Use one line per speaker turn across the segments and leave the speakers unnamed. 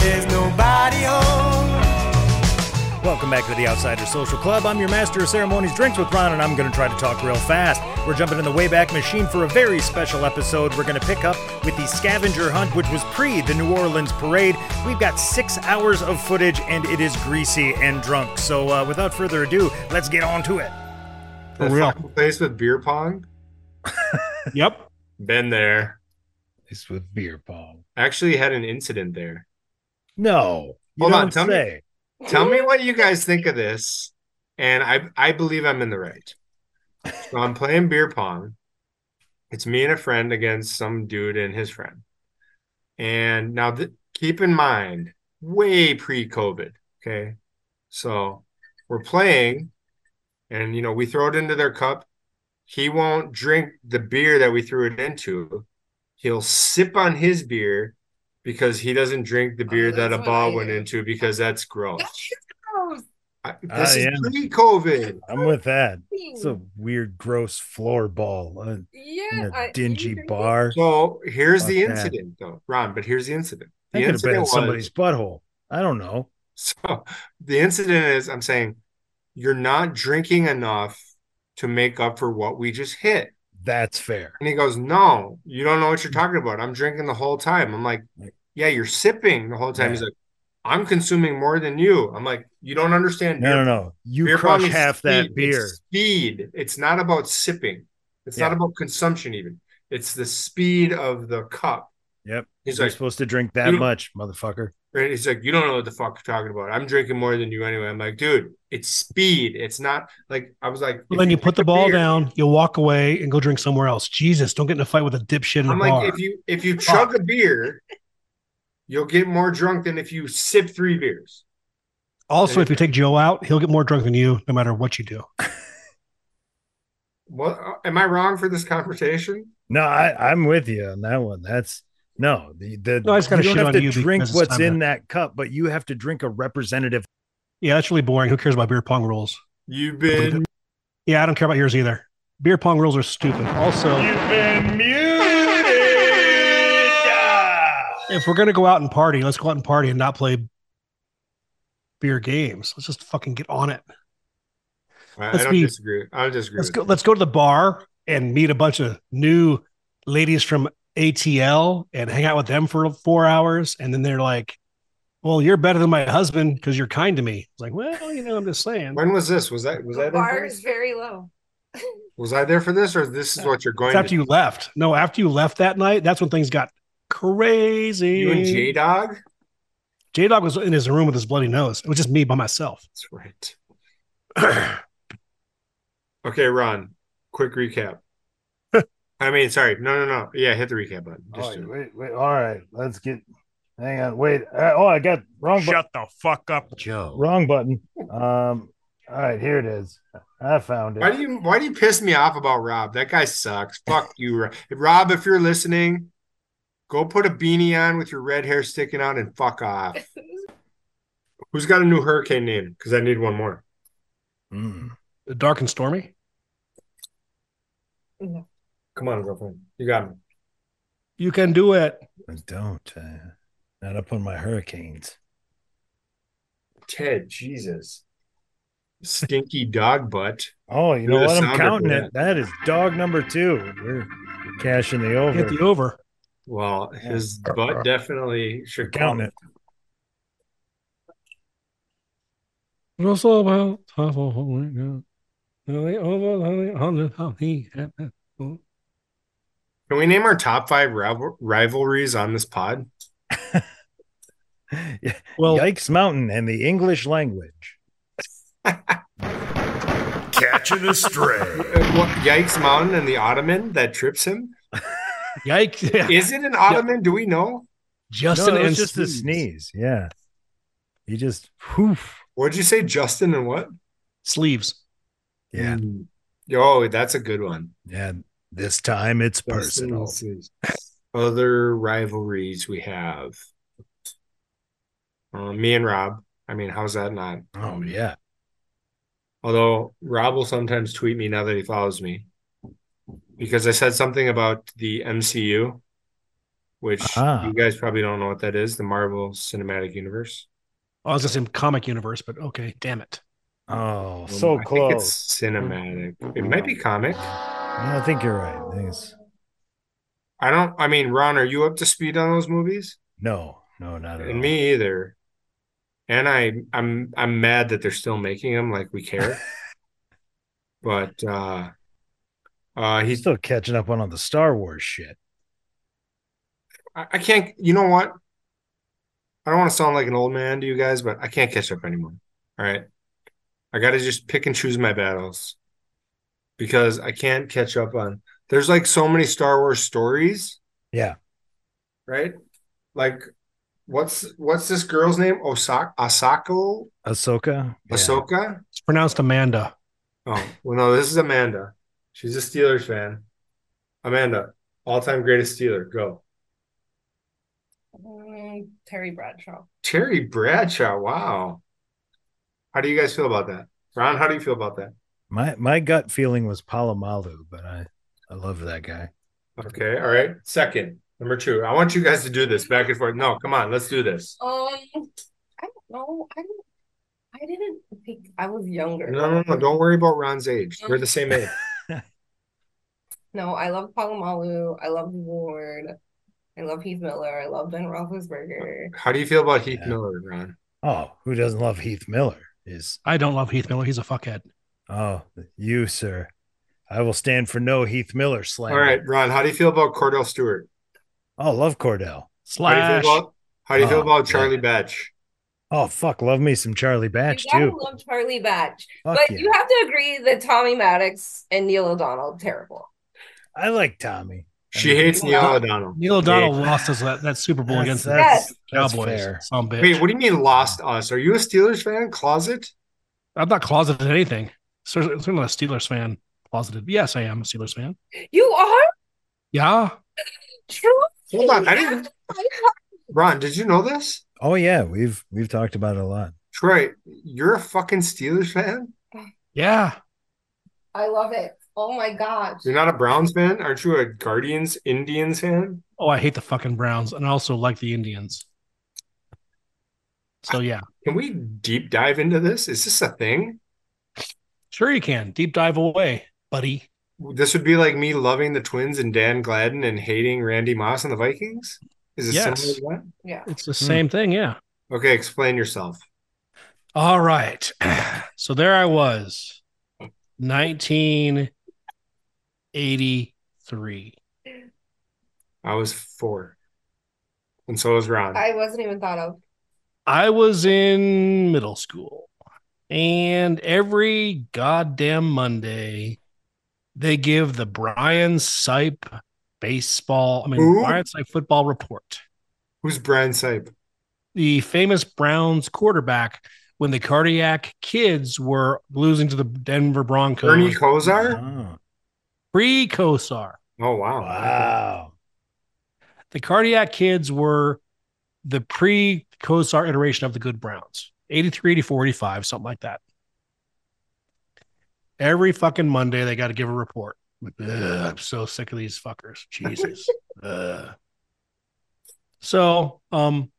There's nobody home.
Welcome back to the Outsider Social Club. I'm your master of ceremonies, drinks with Ron, and I'm going to try to talk real fast. We're jumping in the Wayback Machine for a very special episode. We're going to pick up with the scavenger hunt, which was pre the New Orleans parade. We've got six hours of footage, and it is greasy and drunk. So, uh, without further ado, let's get on to it.
That
real.
fucking place with beer pong.
Yep.
Been there.
It's with beer pong.
Actually, had an incident there.
No. You
Hold on,
don't
tell me-
say.
Tell me what you guys think of this, and I I believe I'm in the right. So I'm playing beer pong. It's me and a friend against some dude and his friend. And now th- keep in mind, way pre-COVID. Okay, so we're playing, and you know we throw it into their cup. He won't drink the beer that we threw it into. He'll sip on his beer because he doesn't drink the beer that
Oh, that's
a
what
ball
I
went
do.
into because that's gross.
gross.
I-
Ah,
This
yeah.
is pre-COVID.
I'm with that. It's a weird, gross floor ball uh, in
yeah,
a
I-
dingy
you drink
bar.
So here's
Fuck
the
that.
incident, though, Ron. But here's the incident.
That
The
could have been in
incident
somebody's butthole. I don't know.
was so the incident is I'm saying you're not drinking enough to make up for what we just hit.
That's fair.
And he goes, No, you don't know what you're talking about. I'm drinking the whole time. I'm like, Yeah, you're sipping the whole time. He's
Yeah.
like, I'm consuming more than you. I'm like, You don't understand.
No, no,
beer
no. You
Beer
crush
pong is
half that
speed.
beer.
It's speed. It's not about sipping. It's not
Yeah.
about consumption even. It's the speed of the cup.
Yep.
He's
You're
like,
supposed to drink that
You-
much, motherfucker.
right? he's like, you don't know what the fuck you're talking about. I'm drinking more than you anyway. I'm like, dude, it's speed. It's not like I was like. if
Well, then you put
drink
the
a
ball
beer-
down, you walk away and go drink somewhere else. Jesus, don't get in a fight with a dipshit in a
I'm
bar.
like, if you if you chug a beer, you'll get more drunk than if you sip three beers.
also, if you take Joe out, he'll get more drunk than you no matter what you do.
What uh, am I wrong for this conversation?
No, I, I'm with you on that one. That's no, the, the
No, I just gotta
you don't
shit
have
on
to
you
drink
because it's
what's
time
in
to-
that cup, but you have to drink a representative.
Yeah, that's really boring. Who cares about beer pong rules?
You've been
Yeah, I don't care about yours either. Beer pong rules are stupid. Also, if we're gonna go out and party, let's go out and party and not play beer games. Let's just fucking get on it.
I, I
Let's
don't
be-
disagree. I don't disagree.
Let's
with
go. Let's go to the bar and meet a bunch of new ladies from ATL and hang out with them for four hours. And then they're like, "Well, you're better than my husband because you're kind to me." It's like, well, you know, I'm just saying.
When was this? Was that was
The
that
bar
in
is very low.
was I there for this, or this is what you're going
It's
to?
after
do?
you left. No, after you left that night, that's when things got crazy.
You and J Dog.
J Dog was in his room with his bloody nose. It was just me by myself.
That's right. okay, Ron. Quick recap. I mean, sorry. No, no, no. Yeah, hit the recap button. Just do it.
wait, wait. All right, let's get. Hang on, wait. oh, I got wrong.
Shut the fuck up, Joe.
wrong button. Um. All right, here it is. I found
Why do you Why do you piss me off about Rob? That guy sucks. Fuck you, Ro- Rob. If you're listening, go put a beanie on with your red hair sticking out and fuck off. Who's got a new hurricane name? Because I need one more.
Dark and stormy.
Come on, girlfriend. You got me.
You can do it.
I don't. Uh, not up on my hurricanes.
Ted. Jesus. Stinky dog butt.
Oh, you
Do
know
the
what? I'm
sounder for
counting
that.
it. That is dog number two. We're cashing the over.
Get the over.
Well,
Yeah.
his butt definitely should count
counting
it.
it.
Can we name our top five rival- rivalries on this pod?
Well,
Yikes Mountain and the English language.
Catching a stray.
Uh, what, Yikes Mountain and the Ottoman that trips him.
yikes! Yeah.
Is it an Ottoman? Do we know?
Justin
no, it
and
was just a
Sneeze.
sneeze. Yeah. He just whoof.
What'd you say, Justin and what?
Sleeves.
Yeah.
Mm. Oh, that's a good one.
And this time it's
Justin
personal.
and Sleeves. Other rivalries we have. Uh, me and Rob. I mean, how's that not?
Oh yeah.
Although Rob will sometimes tweet me now that he follows me because I said something about the MCU, which
Ah.
you guys probably don't know what that is the Marvel Cinematic Universe.
Oh, I was gonna say comic universe, but okay, damn it.
Oh, so
I
So
think
close.
it's cinematic. It might be comic.
no, I think you're right. I think it's-
I don't, I mean, Ron, are you up to speed on those movies?
no, no, not at all.
And me either. And I, I'm, I'm mad that they're still making them. Like we care. but uh, uh,
He's
he's.
still catching up on all the Star Wars shit.
I, I can't. You know what? I don't want to sound like an old man to you guys, but I can't catch up anymore. All right, I got to just pick and choose my battles because I can't catch up on. There's like so many Star Wars stories.
Yeah.
Right. Like, what's what's this girl's name? Osaka Asako
Ahsoka. Yeah.
Ahsoka.
It's pronounced Amanda.
Oh, well, no, this is Amanda. She's a Steelers fan. Amanda, all time greatest Steeler. Go.
Mm, Terry Bradshaw.
Terry Bradshaw. Wow. How do you guys feel about that? Ron, how do you feel about that?
My my gut feeling was Palomalu, but I I love that guy.
Okay. All right. Second, number two. I want you guys to do this back and forth. No, come on. Let's do this.
Um, I don't know. I don't. I didn't think I was younger.
No, no, no. Don't worry about Ron's age. We're the same age.
No, I love Palomalu. I love Ward. I love Heath Miller. I love Ben Roethlisberger.
How do you feel about Heath
Yeah.
Miller, Ron?
Oh, who doesn't love Heath Miller? Is
I don't love Heath Miller. He's a fuckhead.
oh you, sir. I will stand for no Heath Miller
All
slam.
right, Ron. How do you feel about Cordell Stewart?
Oh, love Cordell.
How do you
Slash.
feel about How do you feel
Oh,
about
yeah.
Charlie Batch?
Oh fuck, love me some Charlie Batch
You gotta
too.
love Charlie Batch.
Fuck
but
yeah.
you have to agree that Tommy Maddox and Neil O'Donnell are terrible.
I like Tommy.
She hates Neil O'Donnell.
Neil O'Donnell lost his that, that Super Bowl
That's-
against the
that's- that's
Cowboys.
fair.
Some bitch.
Wait, what do you mean lost us? Are you a Steelers fan? Closet?
I'm not closeted in anything. Certainly, certainly not a Steelers fan. Closeted. Yes, I am a Steelers fan.
You are
Yeah.
true.
Hold on. I didn't Ron, did you know this?
Oh yeah, we've we've talked about it a lot.
Troy, you're a fucking Steelers fan?
Yeah.
I love it. Oh my gosh.
You're not a Browns fan? Aren't you a Guardians Indians fan?
Oh, I hate the fucking Browns and I also like the Indians. So yeah.
Can we deep dive into this? Is this a thing?
Sure you can. Deep dive away, buddy.
This would be like me loving the Twins and Dan Gladden and hating Randy Moss and the Vikings? Is it
Yes.
similar to
Yeah.
It's
Hmm.
the same thing, yeah.
that? Okay, explain yourself.
All right. So there I was. 1983.
I was four. And so was Ron.
I wasn't even thought of.
I was in middle school, and every goddamn Monday, they give the Brian Sipe baseball, I mean,
Who?
Brian Sipe football report.
Who's Brian Sipe?
The famous Browns quarterback when the cardiac kids were losing to the Denver Broncos.
Ernie
Uh-huh.
Kozar?
Oh,
Pre Kosar.
Oh, wow.
wow.
The cardiac kids were the pre Kosar iteration of the good Browns 83, 84, 85, something like that. Every fucking Monday, they got to give a report. Like, "Ugh, I'm so sick of these fuckers. Jesus. Ugh. So, um,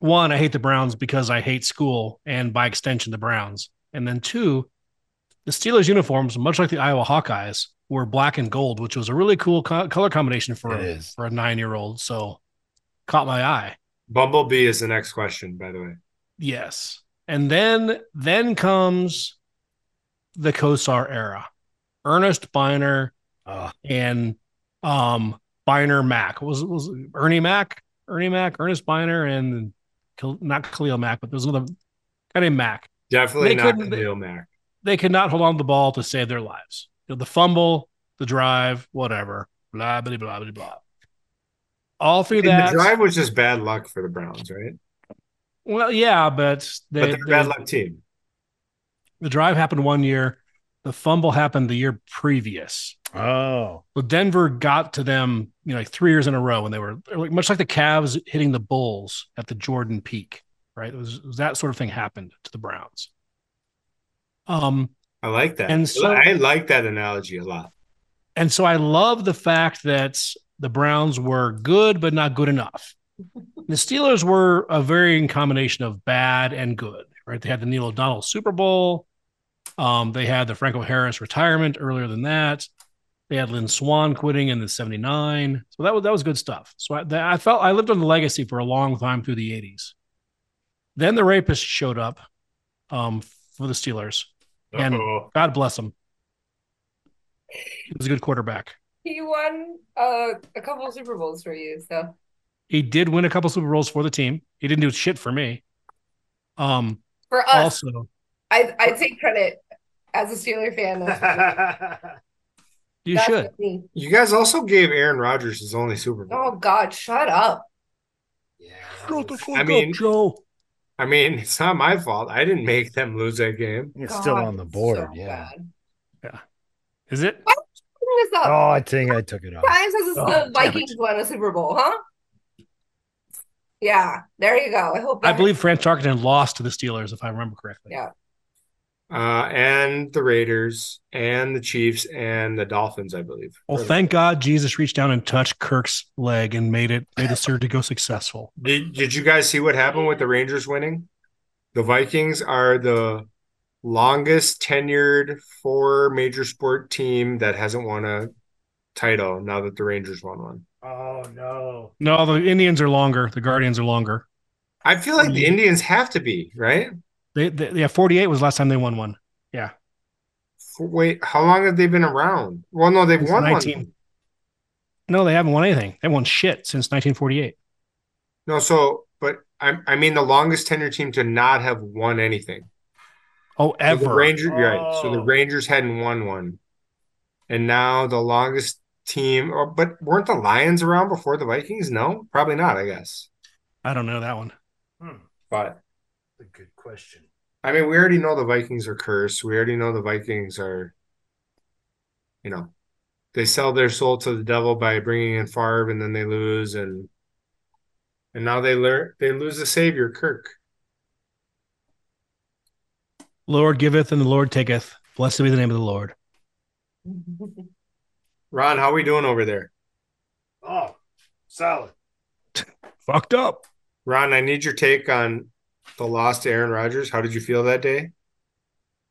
one, I hate the Browns because I hate school and by extension, the Browns. And then two, the Steelers uniforms, much like the Iowa Hawkeyes, were black and gold, which was a really cool co- color combination for
It is.
for a nine year old. So caught my eye.
Bumblebee is the next question, by the way.
Yes. And then then comes the Kosar era. Ernest Biner
Oh,
and um Biner Mac. Was was it Ernie Mac? Ernie Mac, Ernest Biner, and Khal- not Khalil Mac, but there was another guy named Mac.
Definitely
They
not
couldn't-
Khalil Mack.
They could not hold on to the ball to save their lives. You know, the fumble, the drive, whatever. Blah blah blah blah blah. All through
And
that
the drive was just bad luck for the Browns, right?
Well, yeah, but they,
but they're a
they-
bad luck team.
the drive happened one year, the fumble happened the year previous.
Oh,
So Denver got to them, you know, like three years in a row when they were like much like the Cavs hitting the Bulls at the Jordan Peak, right? It was, it was that sort of thing happened to the Browns. Um,
I like that.
And so-
I like that analogy a lot.
and so I love the fact that the Browns were good but not good enough. The Steelers were a varying combination of bad and good, right? They had the Neil O'Donnell Super Bowl. Um, they had the Franco Harris retirement earlier than that. They had Lynn Swan quitting in the 79. So that was that was good stuff. So I, that, I felt I lived on the legacy for a long time through the 80s. Then the rapist showed up um, for the Steelers. And-
Uh-oh.
God bless him. He was a good quarterback.
He won uh, a couple of Super Bowls for you, so
He did win a couple Super Bowls for the team. He didn't do shit for me. Um,
for us,
also,
I I take credit as a Steeler fan. That's
you
that's
should.
me.
You guys also gave Aaron Rodgers his only Super Bowl.
Oh God, shut up!
yeah.
fuck
I mean,
Joe.
I mean, it's not my fault. I didn't make them lose that game.
it's still
God,
on the
it's
board.
so
yeah.
bad.
Is it?
Bring This up.
Oh, I think I took it off.
Grimes has
Oh, damn
the Vikings won a Super Bowl, huh? Yeah, there you go. I hope.
I
that-
believe Fran Tarkenton lost to the Steelers, if I remember correctly.
Yeah.
Uh, and the Raiders and the Chiefs and the Dolphins, I believe.
Well, thank God Jesus reached down and touched Kirk's leg and made it made the surgery go successful.
Did, did you guys see what happened with the Rangers winning? The Vikings are the longest tenured four major sport team that hasn't won a title now that the Rangers won one.
Oh no.
No, the Indians are longer. The Guardians are longer.
I feel like
Mm.
the Indians have to be, right?
They, they yeah, forty eight was the last time they won one.
Wait, how long have they been around? Well, no, they've
Since
won
19
one.
No, they haven't won anything. They won shit since nineteen forty eight.
No, so, but I, I mean the longest tenured team to not have won anything.
Oh,
So
ever.
The Rangers, right? So the
Oh.
Rangers hadn't won one, and now the longest team. Or, but weren't the Lions around before the Vikings? No, probably not. I guess.
I don't know that one.
But
A good question.
I mean, we already know the Vikings are cursed. We already know the Vikings are, you know, they sell their soul to the devil by bringing in Favre, and then they lose, and and now they learn they lose the savior Kirk.
Lord giveth and the Lord taketh. Blessed be the name of the Lord.
Ron, how we doing over there?
Oh, solid.
Fucked up.
Ron, I need your take on the loss to Aaron Rodgers. How did you feel that day?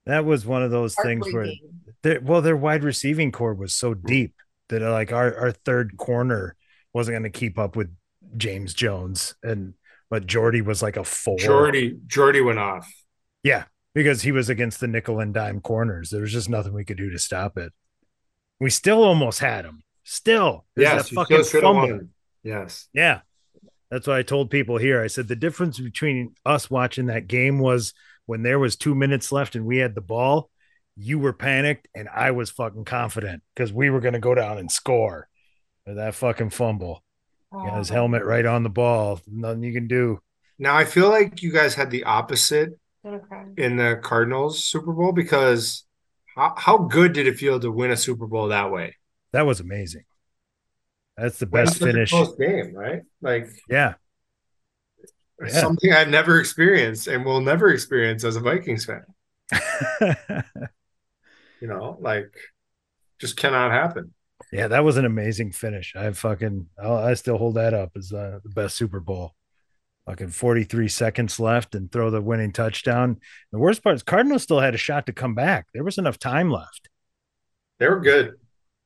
That was one of those things where
Heartbreaking.
their well, their wide receiving core was so deep that uh, like our, our third corner wasn't going to keep up with James Jones and but Jordy was like a four.
Jordy Jordy went off.
because he was against the nickel and dime corners. There was just nothing we could do to stop it. We still almost had him. Still, There's
Yes,
that
you still
fucking
should have
fumble.
won. Yes.
Yeah. That's why I told people here. I said the difference between us watching that game was when there was two minutes left and we had the ball, you were panicked and I was fucking confident because we were going to go down and score. But that fucking fumble. He
Oh,
got his helmet right on the ball. Nothing you can do.
Now I feel like you guys had the opposite
I'm gonna cry.
in the Cardinals Super Bowl because how, how good did it feel to win a Super Bowl that way?
That was amazing. That's the best
It was such a
finish.
close game, right? Like
Yeah. Yeah.
something I've never experienced and will never experience as a Vikings fan. You know, like just cannot happen.
yeah, that was an amazing finish. I fucking, I'll, I still hold that up as uh, the best Super Bowl. Fucking 43 seconds left and throw the winning touchdown. The worst part is Cardinals still had a shot to come back. There was enough time left.
They were good.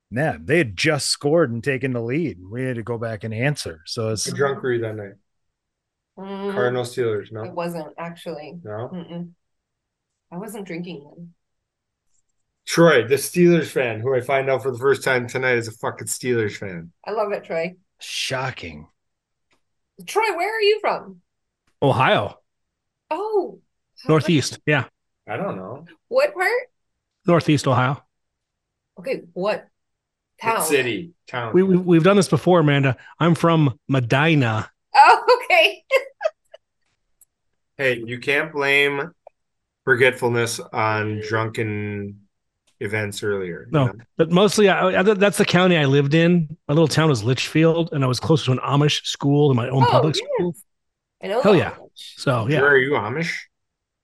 Yeah, they had just scored and taken the lead. and We had to go back and answer. So it's
The drunk were you that night?
Mm,
Cardinal Steelers,
It
no?
wasn't actually.
No.
Mm-mm. I wasn't drinking then.
Troy, the Steelers fan, who I find out for the first time tonight is a fucking Steelers fan.
I love it, Troy.
shocking.
Troy, where are you from?
Ohio,
Oh,
Northeast. Yeah,
I don't know.
What part?
Northeast Ohio.
Okay, what town?
City. Town.
We, we we've done this before, Amanda. I'm from Medina.
Oh, okay.
Hey, you can't blame forgetfulness on drunken events earlier. you
No.
know?
But mostly, I, I, that's the county I lived in. My little town was Litchfield, and I was close to an Amish school and my own
Oh,
public
yes.
school.
I know.
Hell
that
yeah.
much.
So yeah,
Where are you, Amish?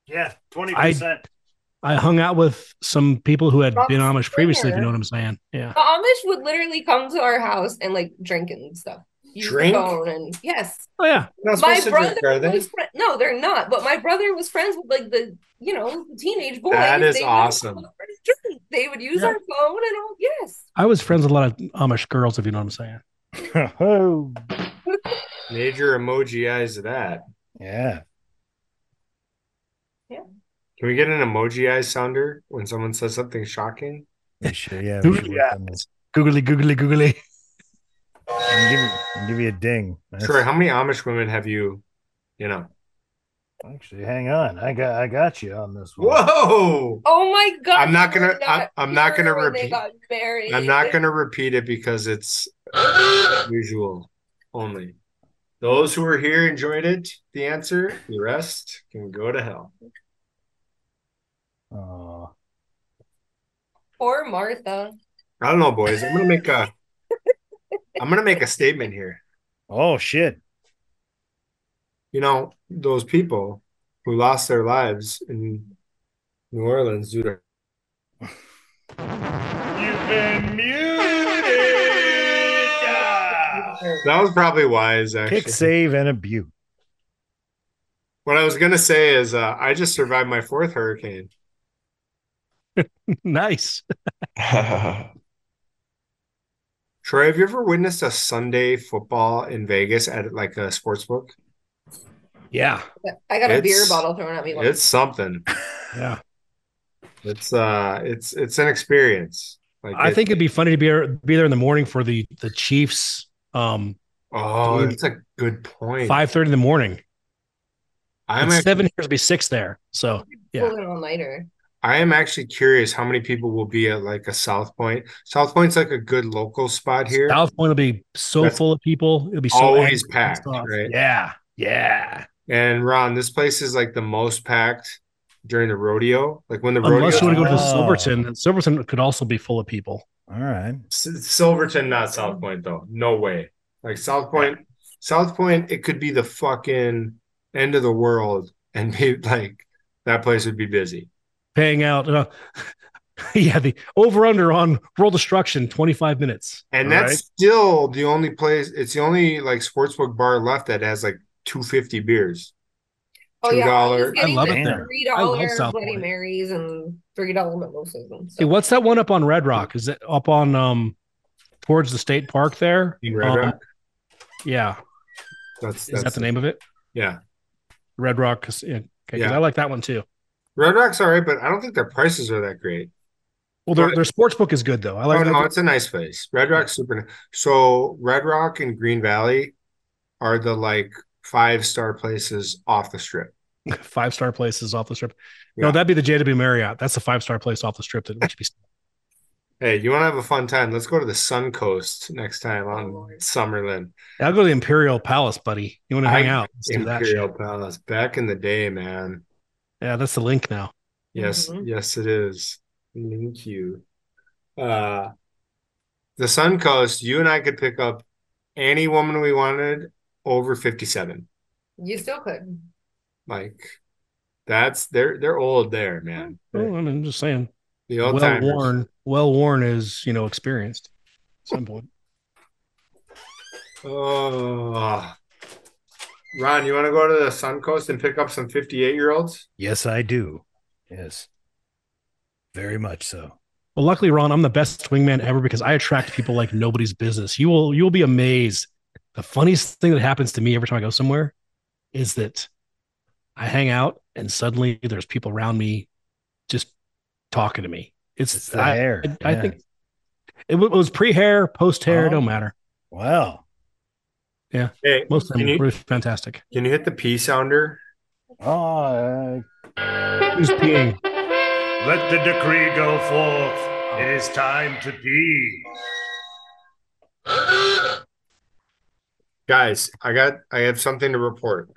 Yeah, twenty
I hung out with some people who had
Rock
been Amish previously. If
Square.
you know what I'm saying? Yeah.
The Amish would literally come to our house and like drink and stuff. Use the
Drink?
phone and yes.
Oh yeah.
You're not
My
supposed to
brother
drink, are they?
was fri- no, they're not. But my brother was friends with like the you know the teenage boys.
That is
They would come
awesome.
over and drink. They would use
Yeah.
our phone and all. Yes.
I was friends with a lot of Amish girls. If you know what I'm saying?
oh,
Major emoji eyes to that.
yeah.
Can we get an emoji eyes sounder when someone says something shocking?
We should, yeah.
Who-
We should work
yeah.
on this.
Googly, googly, googly.
I'll give, you- I'll give you a ding. That's-
Troy, how many Amish women have you, you know?
Actually, hang on. I got I got you on this one.
Whoa!
Oh my god.
I'm not
they
gonna-
were
I'm- I'm not
pure
gonna
when They
repeat-
got married.
I'm not going to repeat it because it's usual only. Those who were here enjoyed it. The answer, the rest can go to hell.
Oh,
Poor Martha.
I don't know, boys. I'm gonna make a I'm gonna make a statement here.
oh shit.
You know, those people who lost their lives in New Orleans due to that was probably wise actually.
Kick, save, and abuse.
What I was gonna say is uh, I just survived my fourth hurricane.
nice.
Troy, have you ever witnessed a Sunday football in Vegas at like a sports book?
Yeah.
I got a beer
It's-
bottle thrown at me once.
It's something.
Yeah.
It's uh it's it's an experience. Like
I
it-
think it'd be funny to be be there in the morning for the the Chiefs. Um,
oh that's a good point.
five thirty in the morning.
I'm
It's
actually,
seven here to be six there. So yeah.
Pulled an all nighter.
I am actually curious how many people will be at like a South Point. South Point's like a good local spot here.
South Point will be so
That's
full of people. It'll be so
always
angry.
packed,
Stuff.
right?
Yeah. Yeah.
And Ron, this place is like the most packed during the rodeo. Like when the
Unless you
rodeo
want to go to
Oh.
Silverton, and Silverton could also be full of people.
All right.
S- Silverton, not South Point though. No way. Like South Point, South Point, it could be the fucking end of the world, and be like that place would be busy.
Paying out. Uh, yeah, the over under on world destruction, 25 minutes.
All
And that's
right.
still the only place. It's the only like sportsbook bar left that has like two fifty beers.
Oh yeah,
$2.
was getting
I love
the
it there.
Three
I love
dollar
South
Bloody
Point.
Marys and three dollar mimosas and
Hey,
stuff.
what's that one up on Red Rock? Is it up on um towards the state park there?
In Red
Um,
Rock?
Yeah.
That's
Is
that's
that the name of it?
Yeah,
Red Rock. 'cause- Yeah. Okay, 'cause
Yeah.
I like that one too.
Red Rock's all right, but I don't think their prices are that great.
Well, their, their sports book is good though. I like
oh
that.
no, it's a nice place. Red Rock's super. ni- So Red Rock and Green Valley are the like five star places off the strip.
five star places off the strip.
Yeah.
No, that'd be the JW Marriott. That's a five star place off the strip that we should be.
Hey, you want to have a fun time? Let's go to the Sun Coast next time
Oh,
on Summerlin.
I'll go to the Imperial Palace, buddy. You want to
I-
hang out? Let's do that shit.
Imperial Palace. Back in the day, man.
Yeah, that's the link now.
Yes,
Mm-hmm.
Mhm.
yes, it is. Thank you. Uh, the Sun Coast, you and I could pick up any woman we wanted over 57.
Mm-hmm. You still could.
Like that's they're they're old there, man.
Oh, I mean, I'm just saying.
The old
Well
timers.
worn, well worn is you know experienced. At some point,
Oh. Ron, you want to go to the Sun Coast and pick up some 58 year olds?
Yes, I do. Yes. Very much so.
well, luckily, Ron, I'm the best wingman ever because I attract people like nobody's business. You will, you will be amazed. The funniest thing that happens to me every time I go somewhere is that I hang out and suddenly there's people around me just talking to me. It's,
It's the
I,
hair.
I, I
Yeah.
think it, wa- it was pre hair, post hair,
Oh.
it don't matter.
Wow.
Hey,
Most of
can
them
you,
were fantastic.
can you hit the P sounder?
Oh,
Who's peeing?
Let the decree go
Oh.
forth. It is time to pee.
Guys, I got I have something to report.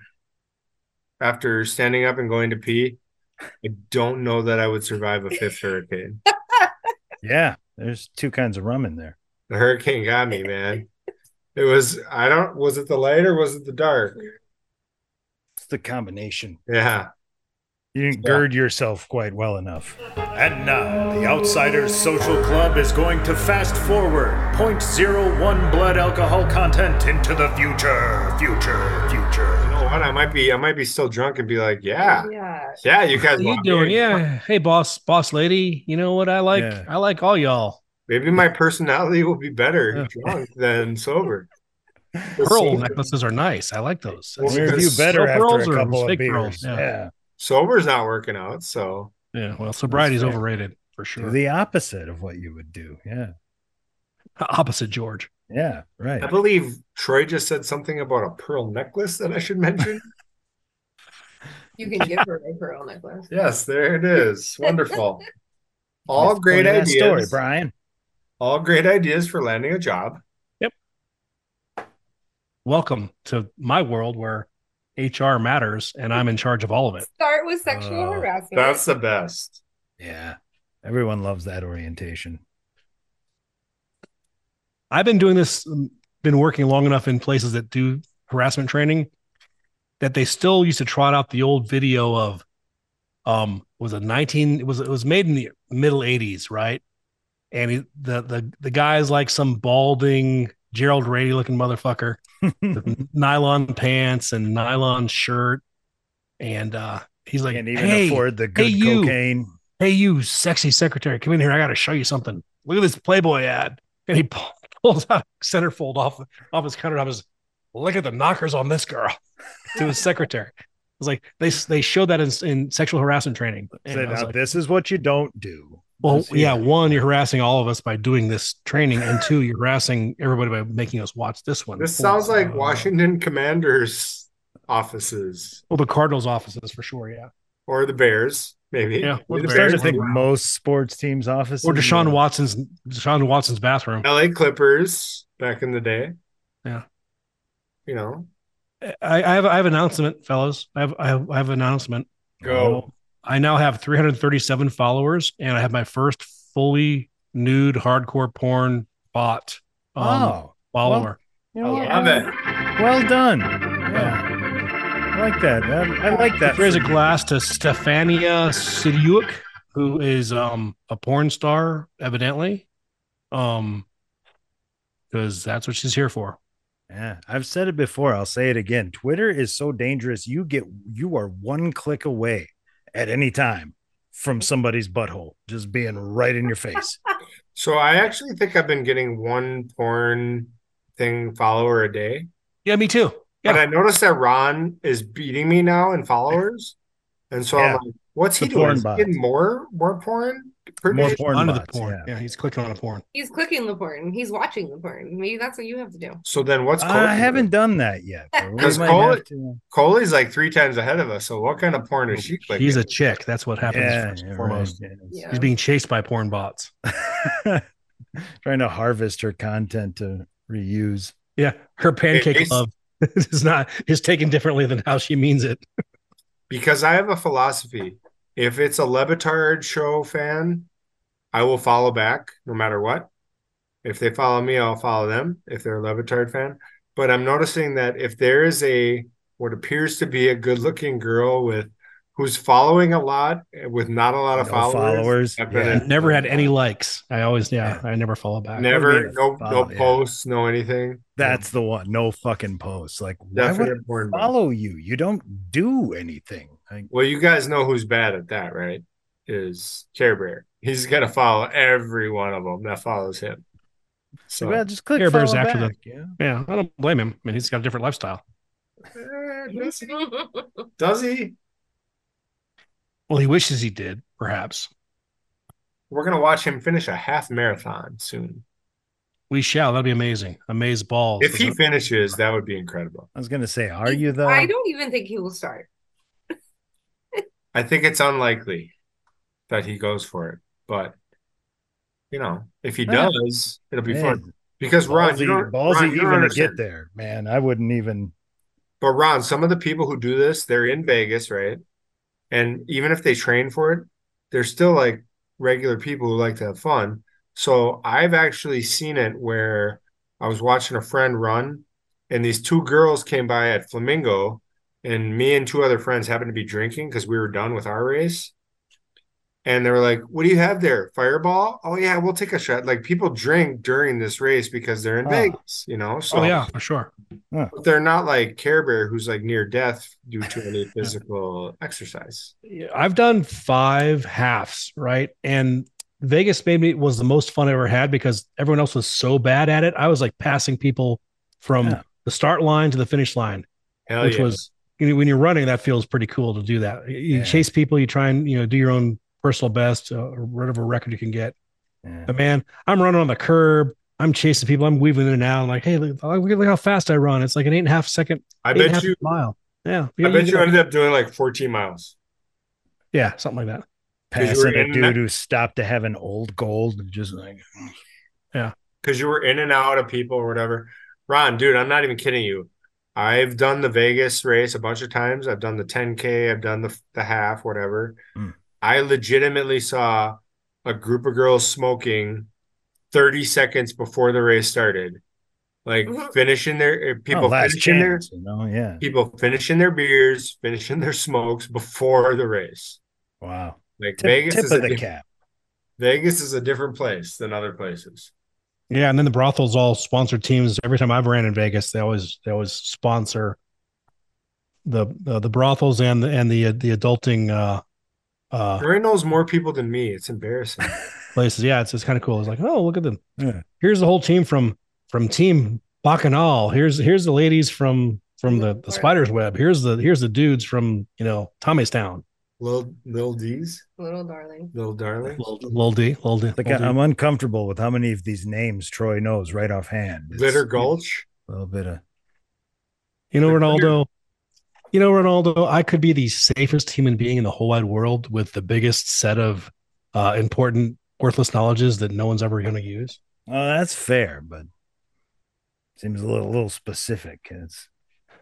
after standing up and going to pee, I don't know that I would survive a fifth hurricane.
Yeah, there's two kinds of rum in there.
The hurricane got me, man. It was I don't was it the light or was it the dark?
It's the combination.
Yeah.
You didn't
Yeah.
gird yourself quite well enough.
And now, the Outsiders Social Club is going to fast forward 0.01 blood alcohol content into the future, future,
You
future.
know what? I might be I might be still drunk and be like, yeah,
Yeah.
yeah, you guys
What you
want me?
doing? Yeah. Hey, boss, boss lady. You know what I like?
Yeah.
I like all y'all.
Maybe my personality will be better drunk than sober.
Pearl
Sober-
necklaces are nice. I like those.
Well,
Where have
because
you better
real
after
pearls
a
or
couple of
fake
beers?
pearls?
Yeah.
Yeah.
sober's not working out, so
Yeah. Well, sobriety's
That's fair.
overrated for sure.
the opposite of what you would do. Yeah,
Opposite George.
yeah, right.
I believe Troy just said something about a pearl necklace that I should mention.
You can give her a pearl necklace.
yes, there it is. Wonderful. All
That's
great
the point of that
ideas.
story, Brian.
all great ideas for landing a job.
Welcome to my world where HR matters and I'm in charge of all of it.
Start with sexual
Uh,
Oh,
harassment.
That's the best.
Yeah, everyone loves that orientation.
I've been doing this, um, been working long enough in places that do harassment training that they still used to trot out the old video of, um, was a 19, it was, it was made in the middle 80s, right? And he, the, the, the guy's like some balding Gerald Rady looking motherfucker with nylon pants and nylon shirt. And, uh, he's like,
Can't even
hey,
afford the good
you.
cocaine.
hey you sexy secretary come in here i gotta show you something look at this playboy ad and he pull- pulls out centerfold off off his countertop and says, look at the knockers on this girl to his secretary it's like they they show that in, in sexual harassment training And
Said,
I was
"Now,
like,
this is what you don't do.
well
this-
yeah one you're harassing all of us by doing this training and two you're harassing everybody by making us watch this one
This sounds like
Uh,
Washington Commanders offices
well the cardinals offices for sure yeah
or the Bears, maybe.
Yeah,
Maybe
or
I'm
the
the
starting to
Bears,
think most sports teams offices
or deshaun watson's deshaun watson's bathroom
LA Clippers back in the day.
Yeah.
You know,
I, I have I have an announcement, fellas. I have I have, I have an announcement.
Go.
I now have 337 followers, and I have my first fully nude hardcore porn bot um,
Oh,
follower.
you know
I
what?
love it.
Well done. Yeah. I like that. I, I like that.
There is a glass to Stefania Sidiuk, who is um, a porn star, evidently, um, because that's what she's here for.
Yeah, I've said it before. I'll say it again. Twitter is so dangerous. You get you are one click away at any time from somebody's butthole just being right in your face.
so I actually think I've been getting one porn thing follower a day.
Yeah, me too.
But
Yeah.
I noticed that Ron is beating me now in followers. And so I'm
Yeah.
like, what's he
The
doing?
porn
Is he
bots.
getting more more porn?
More porn
Onto the
bots,
porn.
yeah.
Yeah. he's clicking on a porn.
He's clicking the porn. He's watching the porn. Maybe that's what you have to do.
So then what's Cole?
I haven't done that yet. but we
Because
might
Cole-
have to-
Coley's like three times ahead of us. So what kind of porn is she clicking?
He's a chick. That's what happens
Yeah,
first
yeah,
and
right,
foremost.
yeah.
Yeah.
He's being chased by porn bots.
Trying to harvest her content to reuse.
Yeah, her pancake
It's-
love is not is taken differently than how she means it.
Because I have a philosophy. If it's a Levitard show fan, I will follow back no matter what. If they follow me, I'll follow them if they're a Levitard fan. But I'm noticing that if there is a what appears to be a good looking girl with who's following a lot eh, with not a lot
No
of followers,
followers.
I've
Yeah.
been
Never had any likes. I always yeah, I never follow
That would
back.
never
be a
no
follow,
no
yeah.
posts, no anything.
That's the one. No fucking posts. Like why would
Definite porn.
I
bot.
follow you? You don't do anything. Like,
Well, you guys know who's bad at that, right? Is Care Bear. He's gonna follow every one of them that follows him. So
well, just click.
Care Bear's
follow
after the-
back, yeah.
Yeah, I don't blame him. I mean, he's got a different lifestyle.
Eh, does he? Does he?
Well, he wishes he did, perhaps.
We're gonna watch him finish a half marathon soon.
We shall. That'd be amazing. Amaze balls.
If he finishes, that would be incredible.
I was gonna say, are you though?
I don't even think he will start.
I think it's unlikely that he goes for it, but you know, if he
Yeah.
does, it'll be
Man,
fun. Because Ron,
Ballsy,
you don't,
ballsy
Ron, you don't
even to
understand.
get there, man. I wouldn't even.
But Ron, some of the people who do this, they're in Vegas, right? And even if they train for it, they're still like regular people who like to have fun. So I've actually seen it where I was watching a friend run, and these two girls came by at Flamingo, and me and two other friends happened to be drinking because we were done with our race. And they were like, What do you have there? Fireball? Oh, yeah, we'll take a shot. Like people drink during this race because they're in
Oh.
Vegas, you know? So
Oh yeah, for sure.
but they're not like Care Bear, who's like near death due to any physical exercise.
Yeah, I've done five halves, right? And Vegas made me was the most fun I ever had because everyone else was so bad at it. I was like passing people from
Yeah.
the start line to the finish line,
Hell
which
yeah.
was you know, when you're running, that feels pretty cool to do that. You you
Yeah.
chase people, you try and you know do your own personal best uh, or whatever record you can get.
Yeah.
But man, I'm running on the curb. I'm chasing people. I'm weaving in and out. I'm like, hey, look, look look how fast I run. It's like an eight and a half second,
I
eight and a
bet
half
you
mile. Yeah,
I bet you
can-
ended up doing like 14 miles.
yeah, something like that.
Because you were
Passing a
in
dude
that-
who stopped to have an old gold and just like oh,
because you were in and out of people or whatever. Ron, dude, I'm not even kidding you. I've done the Vegas race a bunch of times. I've done the 10K, I've done the the half, whatever.
Mm.
I legitimately saw a group of girls smoking 30 seconds before the race started. Like
Mhm.
finishing their eh, people
oh, last
finishing their
chance, you know? Yeah.
people finishing their beers, finishing their smokes before the race.
Wow.
Like
Tip,
Vegas
tip
is
of
a
the
diff-
cap.
Vegas is a different place than other places.
Yeah, and then the brothels all sponsor teams. Every time I've ran in Vegas, they always they always sponsor the uh, the brothels and and the the adulting uh, uh,
Ray knows more people than me. It's embarrassing.
places. Yeah, it's it's kind of cool. It's like, oh, look at them.
Yeah.
Here's the whole team from from Team Bacchanal. Here's here's the ladies from from the, the Spider's Web. Here's the here's the dudes from you know Tommy's Town.
Little little D's,
Little darling.
little darling.
Lil, Lil D, Lil D.
Like,
Lil
I-
D.
I'm uncomfortable with how many of these names Troy knows right offhand. It's
Glitter Gulch.
A little bit of
You know,
Good for you.
Ronaldo, you know, Ronaldo, I could be the safest human being in the whole wide world with the biggest set of uh, important, worthless knowledges that no one's ever going to use.
Oh, that's fair, but seems a little, little specific. and It's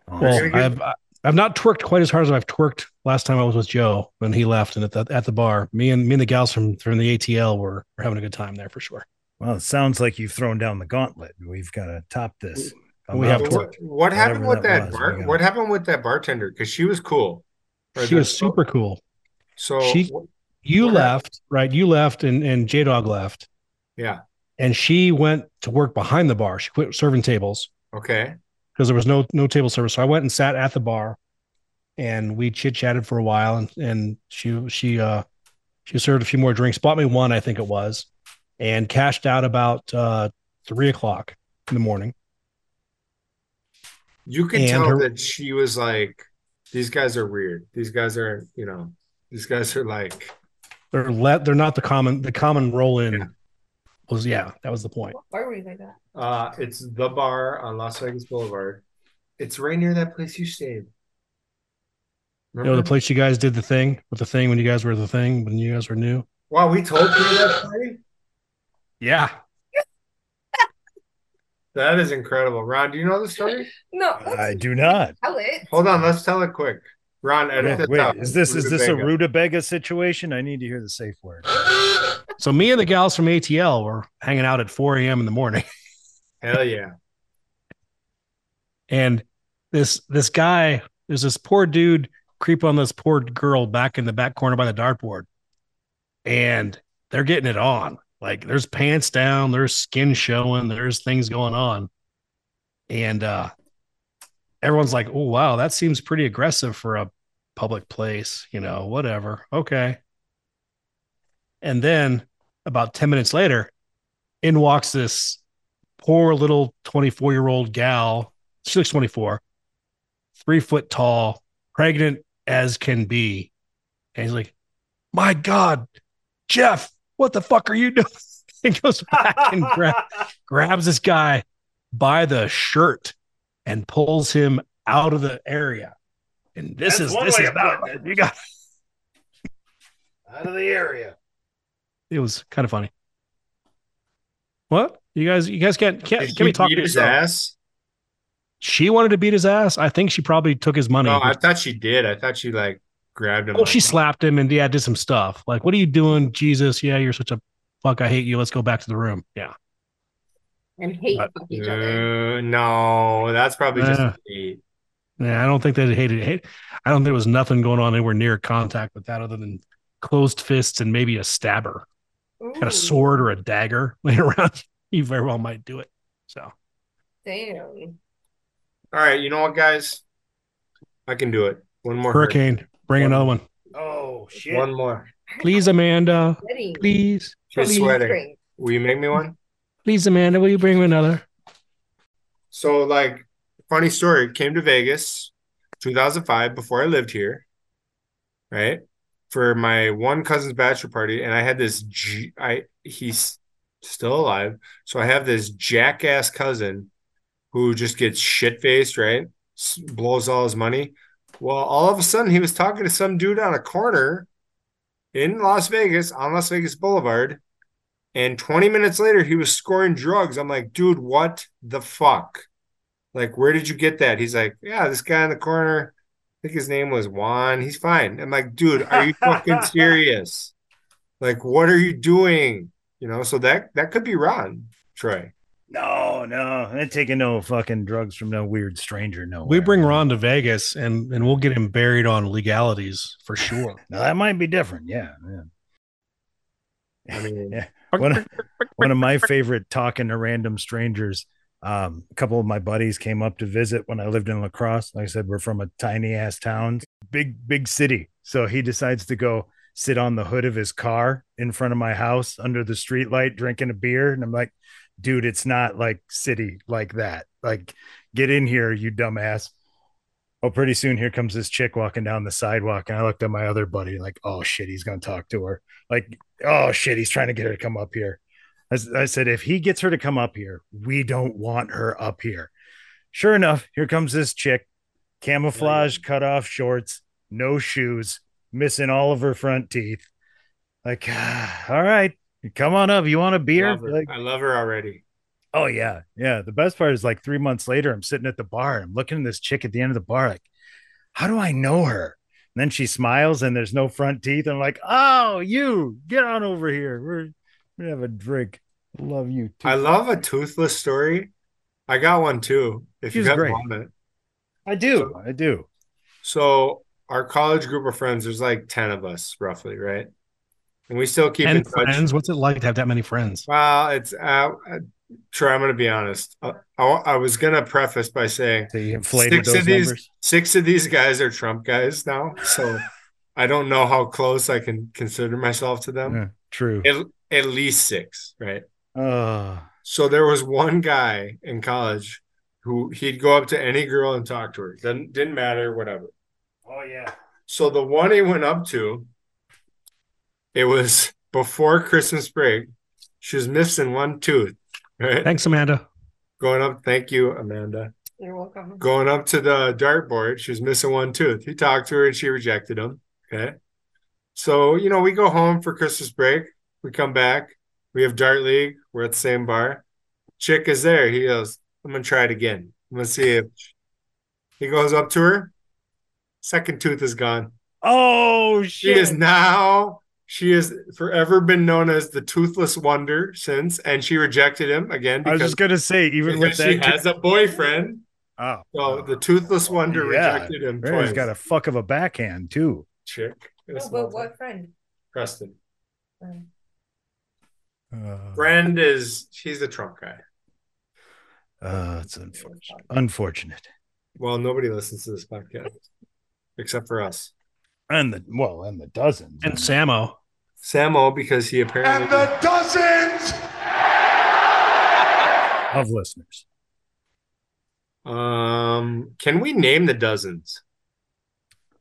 Well,
gonna get-
I've, I- I've not twerked quite as hard as I've twerked last time I was with Joe when he left and at the, at the bar. Me and me and the gals from, from the ATL were, were having a good time there for sure.
well, it sounds like you've thrown down the gauntlet. We've got to top this.
We have
About-
to-
What, what happened
Whatever
with
that
that,
was,
bar?
we got
What
it.
happened with that bartender? Because she was cool. Or
She
the- oh,
was super cool.
So
she- You left, right? You left and, and J Dog left.
Yeah.
And she went to work behind the bar. She quit serving tables.
okay.
because there was no no table service. So I went and sat at the bar, and we chit chatted for a while. And and she she uh she served a few more drinks, bought me one I think it was, and cashed out about uh three o'clock in the morning.
You could
And
tell
her-
that she was like, these guys are weird. These guys are, you know, these guys are like,
They're let they're not the common the common roll in
Yeah.
was yeah that was the point.
What bar were you like that?
uh, it's the bar on Las Vegas Boulevard. It's right near that place you stayed.
You know the
Remember?
place you guys did the thing with the thing when you guys were the thing when you guys were new.
wow, we told you that story.
Yeah,
That is incredible. Ron, do you know the story?
No,
I do not.
tell it.
Hold on, let's tell it quick. Ron, edit
Wait,
this out.
is this is this a
Rutabaga.
rutabaga situation? I need to hear the safe word.
so me and the gals from ATL were hanging out at 4 a.m. in the morning.
Hell yeah.
and this this guy there's this poor dude creep on this poor girl back in the back corner by the dartboard and they're getting it on like there's pants down there's skin showing there's things going on and uh everyone's like oh wow that seems pretty aggressive for a public place you know whatever okay and then about 10 minutes later in walks this poor little 24 year old gal she looks 24, three foot tall, pregnant as can be. And he's like, My God, Jeff, what the fuck are you doing? And goes back and gra- grabs this guy by the shirt and pulls him out of the area. And this
That's
is
one
this
way
is
of putting
not- you got
Out of the area.
it was kind of funny. What you guys you guys can't can't
Did
can
he
we talk
beat
to
his
yourself?
ass?
she wanted to beat his ass. I think she probably took his money.
No, I thought she did. I thought she like grabbed him.
oh,
like-
she slapped him and yeah, did some stuff. Like, what are you doing, Jesus? Yeah, you're such a fuck. I hate you. Let's go back to the room. Yeah.
and hate
But-
fuck each other.
Uh, no, that's probably just
Yeah.
hate.
Yeah, I don't think they hated hate. I don't think there was nothing going on anywhere near contact with that other than closed fists and maybe a stabber. Had
Ooh,
a sword or a dagger laying around. You very well might do it. So
Damn.
All right, you know what, guys? I can do it. One more hurt.
hurricane, bring another one.
Oh shit!
One more.
Please,
uh,
Amanda.
Sweating.
Please.
She's sweating.
Sweating.
Will you make me one?
Please, Amanda, will you bring me another?
So, like, funny story. Came to Vegas, 2005, before I lived here, right? For my one cousin's bachelor party, and I had this. G- I he's still alive, so I have this jackass cousin who just gets shit faced, right? S- blows all his money. Well, all of a sudden, he was talking to some dude on a corner in Las Vegas on Las Vegas Boulevard. And 20 minutes later, he was scoring drugs. I'm like, dude, what the fuck? Like, where did you get that? He's like, yeah, this guy in the corner. I think his name was Juan. He's fine. I'm like, dude, are you fucking serious? Like, what are you doing? You know, so that that could be Ron, Troy.
No, no, I'm taking no fucking drugs from no weird stranger. No,
We bring Ron to Vegas and, and we'll get him buried on legalities for sure.
Now that might be different. Yeah, yeah.
I mean,
Yeah. One of, one of my favorite talking to random strangers. Um, a couple of my buddies came up to visit when I lived in Lacrosse. Like I said, we're from a tiny ass town, big big city. So he decides to go sit on the hood of his car in front of my house under the streetlight, drinking a beer, and I'm like, dude, it's not like city like that. Like, get in here, you dumbass. Oh, pretty soon here comes this chick walking down the sidewalk, and I looked at my other buddy like, oh shit, he's gonna talk to her. Like, oh shit, he's trying to get her to come up here. I, s- I said, if he gets her to come up here, we don't want her up here. Sure enough, here comes this chick, camouflage cut off shorts, no shoes, missing all of her front teeth. Like, ah, all right, come on up. You want a beer?
love her.
Like,
I love her already.
Oh yeah, yeah. The best part is like three months later, I'm sitting at the bar. I'm looking at this chick at the end of the bar, like, how do I know her? And then she smiles, and there's no front teeth. I'm like, oh, you get on over here. We're gonna have a drink. Love you. Too.
I love a toothless story. I got one too. If you
She's
got
great.
one minute.
I do. I do.
So our college group of friends, there's like 10 of us roughly, right? And we still keep in
and
touch.
friends, what's it like to have that many friends?
Well, it's uh, Troy, I'm going to be honest. Uh, I, I was going to preface by saying
So you inflate
Six
with those
of these-
numbers.
six of these guys are Trump guys now. So I don't know how close I can consider myself to them.
Yeah, true.
At, at least six, right?
Oh,
So there was one guy in college who he'd go up to any girl and talk to her. Didn't, didn't matter, whatever.
oh yeah.
So the one he went up to, it was before Christmas break. She was missing one tooth, right?
Thanks, Amanda.
Going up, thank you, Amanda.
You're welcome.
Going up to the dartboard, she was missing one tooth. He talked to her and she rejected him. Okay. So, you know, we go home for Christmas break. We come back. We have Dart League. We're at the same bar. Chick is there. He goes, I'm going to try it again. I'm going to see if he goes up to her. Second tooth is gone.
Oh
She
shit.
is now she has forever been known as the toothless wonder since, and she rejected him again
I was
because,
just gonna say, even with
because she
that.
has a boyfriend.
oh,
So the toothless wonder
Yeah.
rejected him
Mary's
twice.
got a Oh, fuck of a backhand too.
chick.
No, but what friend?
Preston.
Um,
Uh,
Friend is she's a Trump guy.
Uh, it's unfortunate. Unfortunate.
Well, nobody listens to this podcast except for us.
And the well, and the dozens.
And Samo.
Samo, because he apparently
And the dozens
of listeners.
um can we name the dozens?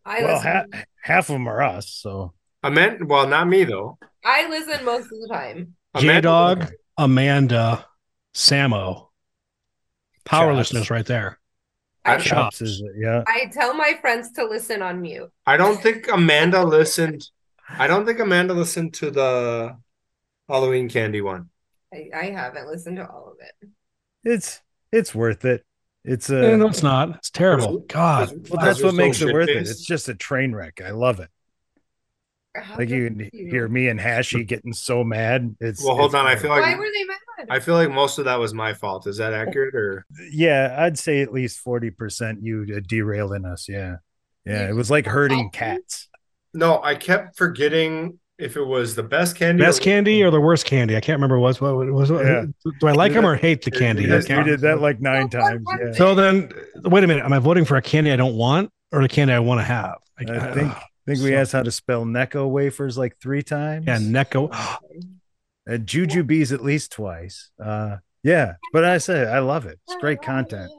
I
Well,
listen.
ha- half of them are us. So
I meant well, not me though.
I listen most of the time.
J
Amanda-
Dog, Amanda, Samo. Powerlessness right there.
I,
Shut Chops.
Chops is yeah.
I tell my friends to listen on mute.
I don't think Amanda listened. I don't think Amanda listened to the Halloween candy one.
I, I haven't listened to all of it.
It's it's worth it. It's
Eh,
a
no, it's not. It's terrible. God,
well, that's what makes it worth it.
shit-faced.
It's just a train wreck. I love it. Like you can hear me and Hashi getting so mad. It's
Well, hold
it's
on. I
great.
feel
Why
like
were they mad?
I feel like most of that was my fault. Is that accurate or
yeah, I'd say at least forty percent you uh, derailing us. Yeah, yeah, Oh,
You
it was like hurting
helped me?
cats.
no? I kept forgetting if it was the best candy.
best candy or the worst candy? I can't remember. What's what was? what-
Yeah.
Do I like them or hate the candy?
You
Yeah,
I
did,
can't-
you did that like
Oh,
nine times.
one
Yeah,
So then, wait a minute. Am I voting for a candy I don't want or a candy I want to have? Like,
I think I think we
so-
asked how to spell Necco wafers like three times.
Yeah, Necco.
and Juju Bees at least twice. Uh, yeah, but I said I love it. It's great content.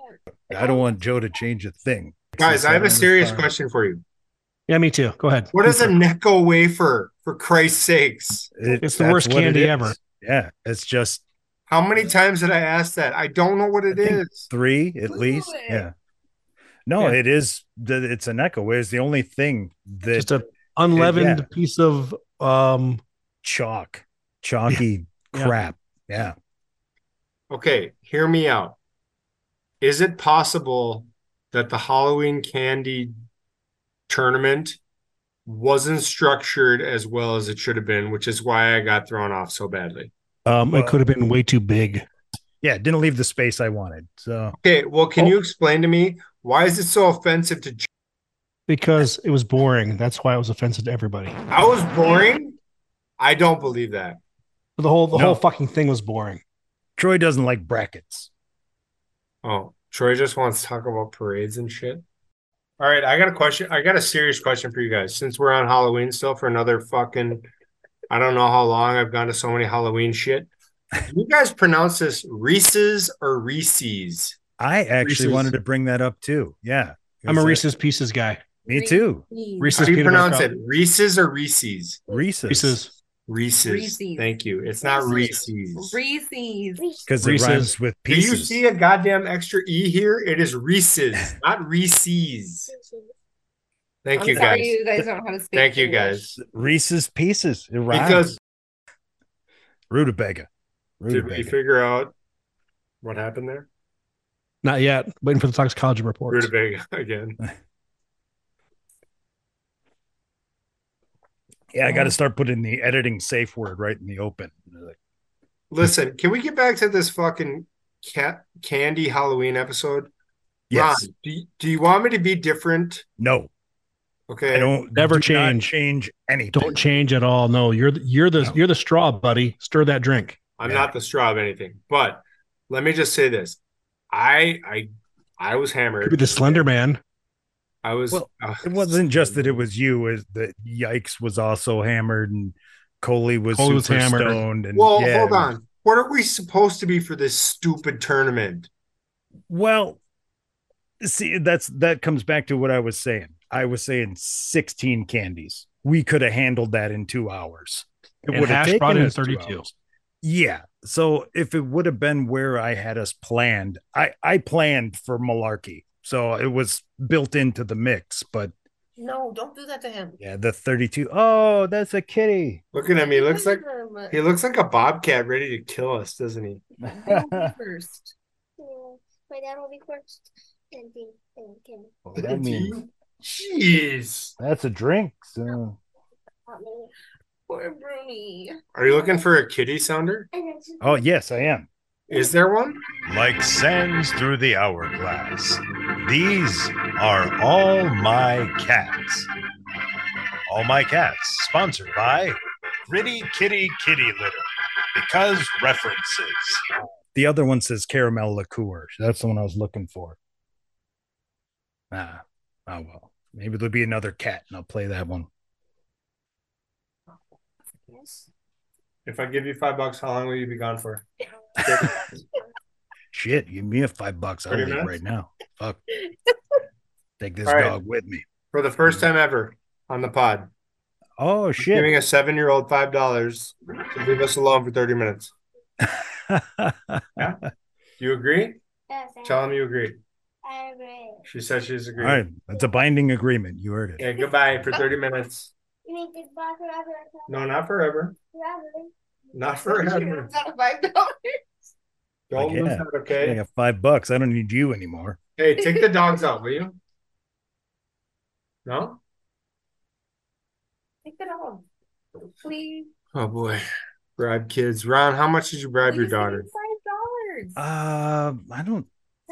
I don't want Joe to change a thing.
guys, I have a
It's
serious
fine.
question for you.
Yeah, me too. Go ahead.
What is a Necco wafer? For Christ's sakes,
It-
It's the
that's
worst
what it
candy
is.
ever.
Yeah, it's just
how many times did I ask that? I don't know what it
I
is.
think three at
Google
least.
it.
Yeah. No,
Yeah.
it is. th- It's an echo. where It's the only thing that
Just a unleavened
Yeah.
piece of um.
chalk, chalky
Yeah.
crap. Yeah.
Okay, hear me out. Is it possible that the Halloween candy tournament wasn't structured as well as it should have been, which is why I got thrown off so badly?
Um, it could have been way too big.
Yeah. It didn't leave the space I wanted. So
Okay, well, can you explain to me why is it so offensive to?
because it was boring. That's why it was offensive to everybody.
I was boring. I don't believe that.
The whole the
No.
whole fucking thing was boring.
Troy doesn't like brackets.
Oh, Troy just wants to talk about parades and shit. All right, I got a question. I got a serious question for you guys. Since we're on Halloween still for another fucking, I don't know how long I've gone to so many Halloween shit. Do you guys pronounce this Reese's or Reese's?
I actually
Reese's.
wanted to bring that up too. Yeah.
I'm a
Is that-
Reese's Pieces guy.
Me too.
How
Reese's
do you
peanut butter
pronounce it?
cup.
Reese's or Reese's?
Reese's.
Reese's.
Reese's.
Reese's.
Thank you. It's not
Reese's.
Reese's.
Reese's.
because it
Reese's.
rhymes with
Do
pieces.
you see a goddamn extra E here? It is Reese's, not Reese's. Thank
I'm
you,
sorry
guys.
you guys don't know how to speak.
Thank you,
English.
guys.
Reese's pieces. It rhymes.
Because
rutabaga.
Did we
Rutabaga.
figure out what happened there?
Not yet. Waiting for the toxicology report.
Rutabaga again.
Yeah, I got to start putting the editing safe word right in the open. Like,
Listen, can we get back to this fucking cat candy Halloween episode?
yes.
Ron, do, you- do you want me to be different?
No.
Okay.
I don't
Never
do not
change.
change anything.
Don't change at all. No, you're the, you're the
No.
you're the straw, buddy. Stir that drink.
I'm
Yeah.
not the straw of anything, but let me just say this. I I I was
Could be
hammered.
the Slender Man.
I was uh,
Well,
ugh,
It wasn't just that it was you. Is that Yikes was also hammered and Coley was
Coley was
super
hammered.
stoned. And
Well,
yeah,
hold
it was-
on. What are we supposed to be for this stupid tournament?
Well, see, that's that comes back to what I was saying. I was saying 16 candies. We could have handled that in two hours. It
And
would have
Hash
taken
brought in
us two
32.
hours. Yeah. So if it would have been where I had us planned, I I planned for malarkey. So it was built into the mix. But
No, don't do that to him.
yeah, the 32. Oh, that's a kitty.
Looking at me, looks like
Him.
he looks like a bobcat ready to kill us, doesn't he?
You go first.
No, my dad will be first. And then and can
Well, that means
Jeez.
that's a drink. So
help me.
Poor Bruni.
Are you looking for a kitty sounder?
And then she-
oh yes, I am.
Is there one?
like sands through the hourglass. These are all my cats. All my cats, sponsored by Gritty Kitty Kitty Litter. Because references.
The other one says caramel liqueur. That's the one I was looking for. Ah, oh well. Maybe there'll be another cat, and I'll play that one.
If I give you five bucks, how long will you be gone for?
Shit, give me a five bucks. I'll
Thirty
leave
minutes?
right now. Fuck. Take this
All right.
dog with me.
For the first time ever on the pod,
Oh
giving
shit.
a seven year old five dollars to leave us alone for 30 minutes. You agree?
Yes, I-
Tell him you agree.
I agree.
She says she's
All
agreed.
right, it's a binding agreement. You heard it.
Yeah, goodbye for 30 minutes.
You mean goodbye forever? forever,
No, not forever.
Forever.
Not
She
forever.
runs out of five dollars.
Don't
Like,
lose
yeah.
that,
I
okay?
got five bucks. I don't need you anymore.
Hey, take the dogs out, will you? No?
Take it off. Please.
Oh boy. Bribe kids. Ron, how much did you bribe your
please give
daughter?
me Five dollars.
Uh, I don't.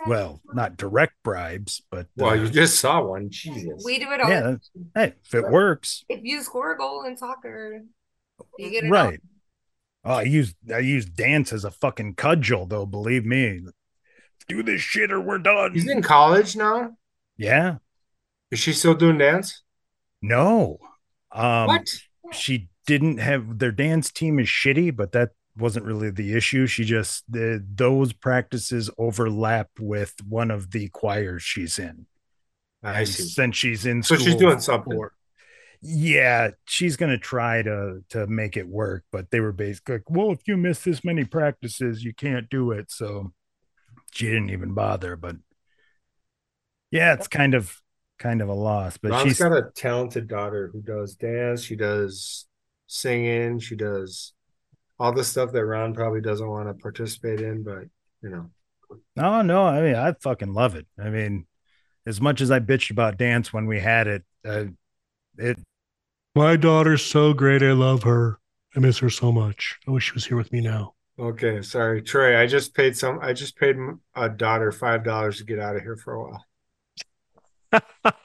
Well, not direct bribes, but uh,
Well, you just saw one. Jesus.
We do it all.
Yeah, that's- hey, if it works,
If you score a goal in soccer, you get it all.
right? Oh, I use I use dance as a fucking cudgel, though. Believe me, do this shit or we're done.
He's in college now.
Yeah,
Is she still doing dance?
no. Um,
what?
she didn't have their dance team is shitty, but that wasn't really the issue. She just the those practices overlap with one of the choirs she's in.
I
And
see.
Since she's in
So
school,
she's doing something.
for- yeah, she's gonna try to to make it work, but they were basically like, well, if you miss this many practices, you can't do it. So she didn't even bother. But yeah, it's kind of kind of a loss. But
Ron's
she's
got a talented daughter who does dance. She does singing. She does all the stuff that Ron probably doesn't want to participate in, but you know.
No, no. I mean, I fucking love it. I mean, as much as I bitched about dance when we had it, uh, it
My daughter's so great. I love her. I miss her so much. I wish she was here with me now.
Okay, sorry, Troy. I just paid some. I just paid m- a daughter five dollars to get out of here for a while.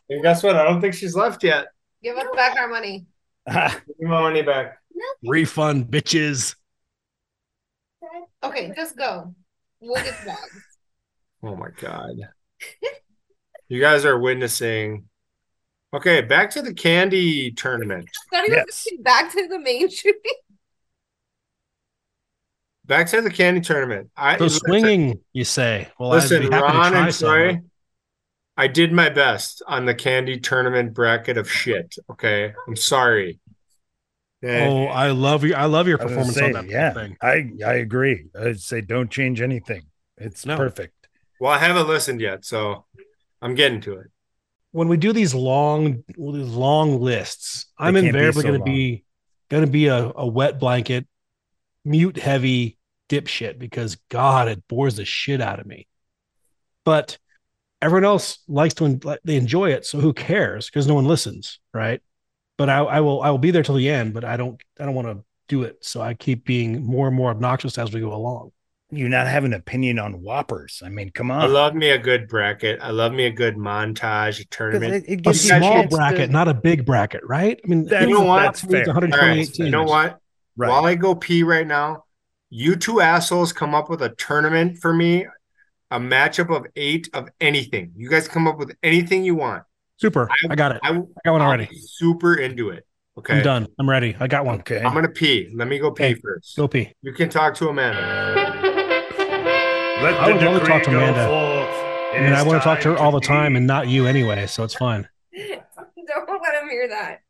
and guess what? I don't think she's left yet.
Give us back our money.
Give me my money back.
Refund, bitches.
Okay, just go. We'll get the dogs.
Oh my god. you guys are witnessing. Okay, back to the candy tournament.
Not even
Yes.
back to the main street.
Back to the candy tournament. I
So
listen,
swinging, you say? Well,
Listen,
I'd be happy
Ron
to try
and Troy,
some.
I did my best on the candy tournament bracket of shit. Okay, I'm sorry. Eh,
Oh, I love you. I love your
I was
performance
saying,
on that
yeah,
thing.
I I agree. I'd say don't change anything. It's
No.
perfect.
Well, I haven't listened yet, so I'm getting to it.
When we do these long, these long lists, I'm
can't be
invariably
so
going to
long.
be going to be a, a wet blanket, mute heavy dipshit because God, it bores the shit out of me. But everyone else likes to en- they enjoy it, so who cares? Because no one listens, right? But I, I will I will be there till the end. But I don't I don't want to do it, so I keep being more and more obnoxious as we go along.
You not have an opinion on whoppers. I mean, come on.
I love me a good bracket. I love me a good montage,
'Cause
a tournament.
it, it
a
gives you a
small
chance to-
bracket, not a big bracket, right? I mean,
That's-
You know what?
That's fair.
All right,
128
you know
teams.
what?
right.
While I go pee right now, you two assholes come up with a tournament for me, a matchup of eight of anything. You guys come up with anything you want.
Super. I got it. I
I
got one
I'm
already.
super into it. Okay,
I'm done. I'm ready. I got one.
okay.
I'm gonna pee. Let me go pee
Okay.
first.
Go pee.
You can talk to Amanda.
Let
I
the
would love to talk to
decree go
Amanda.
forth. It
I mean, I
is
want to talk to her all the time
be-
and not you anyway, so it's fine.
Don't let him hear that.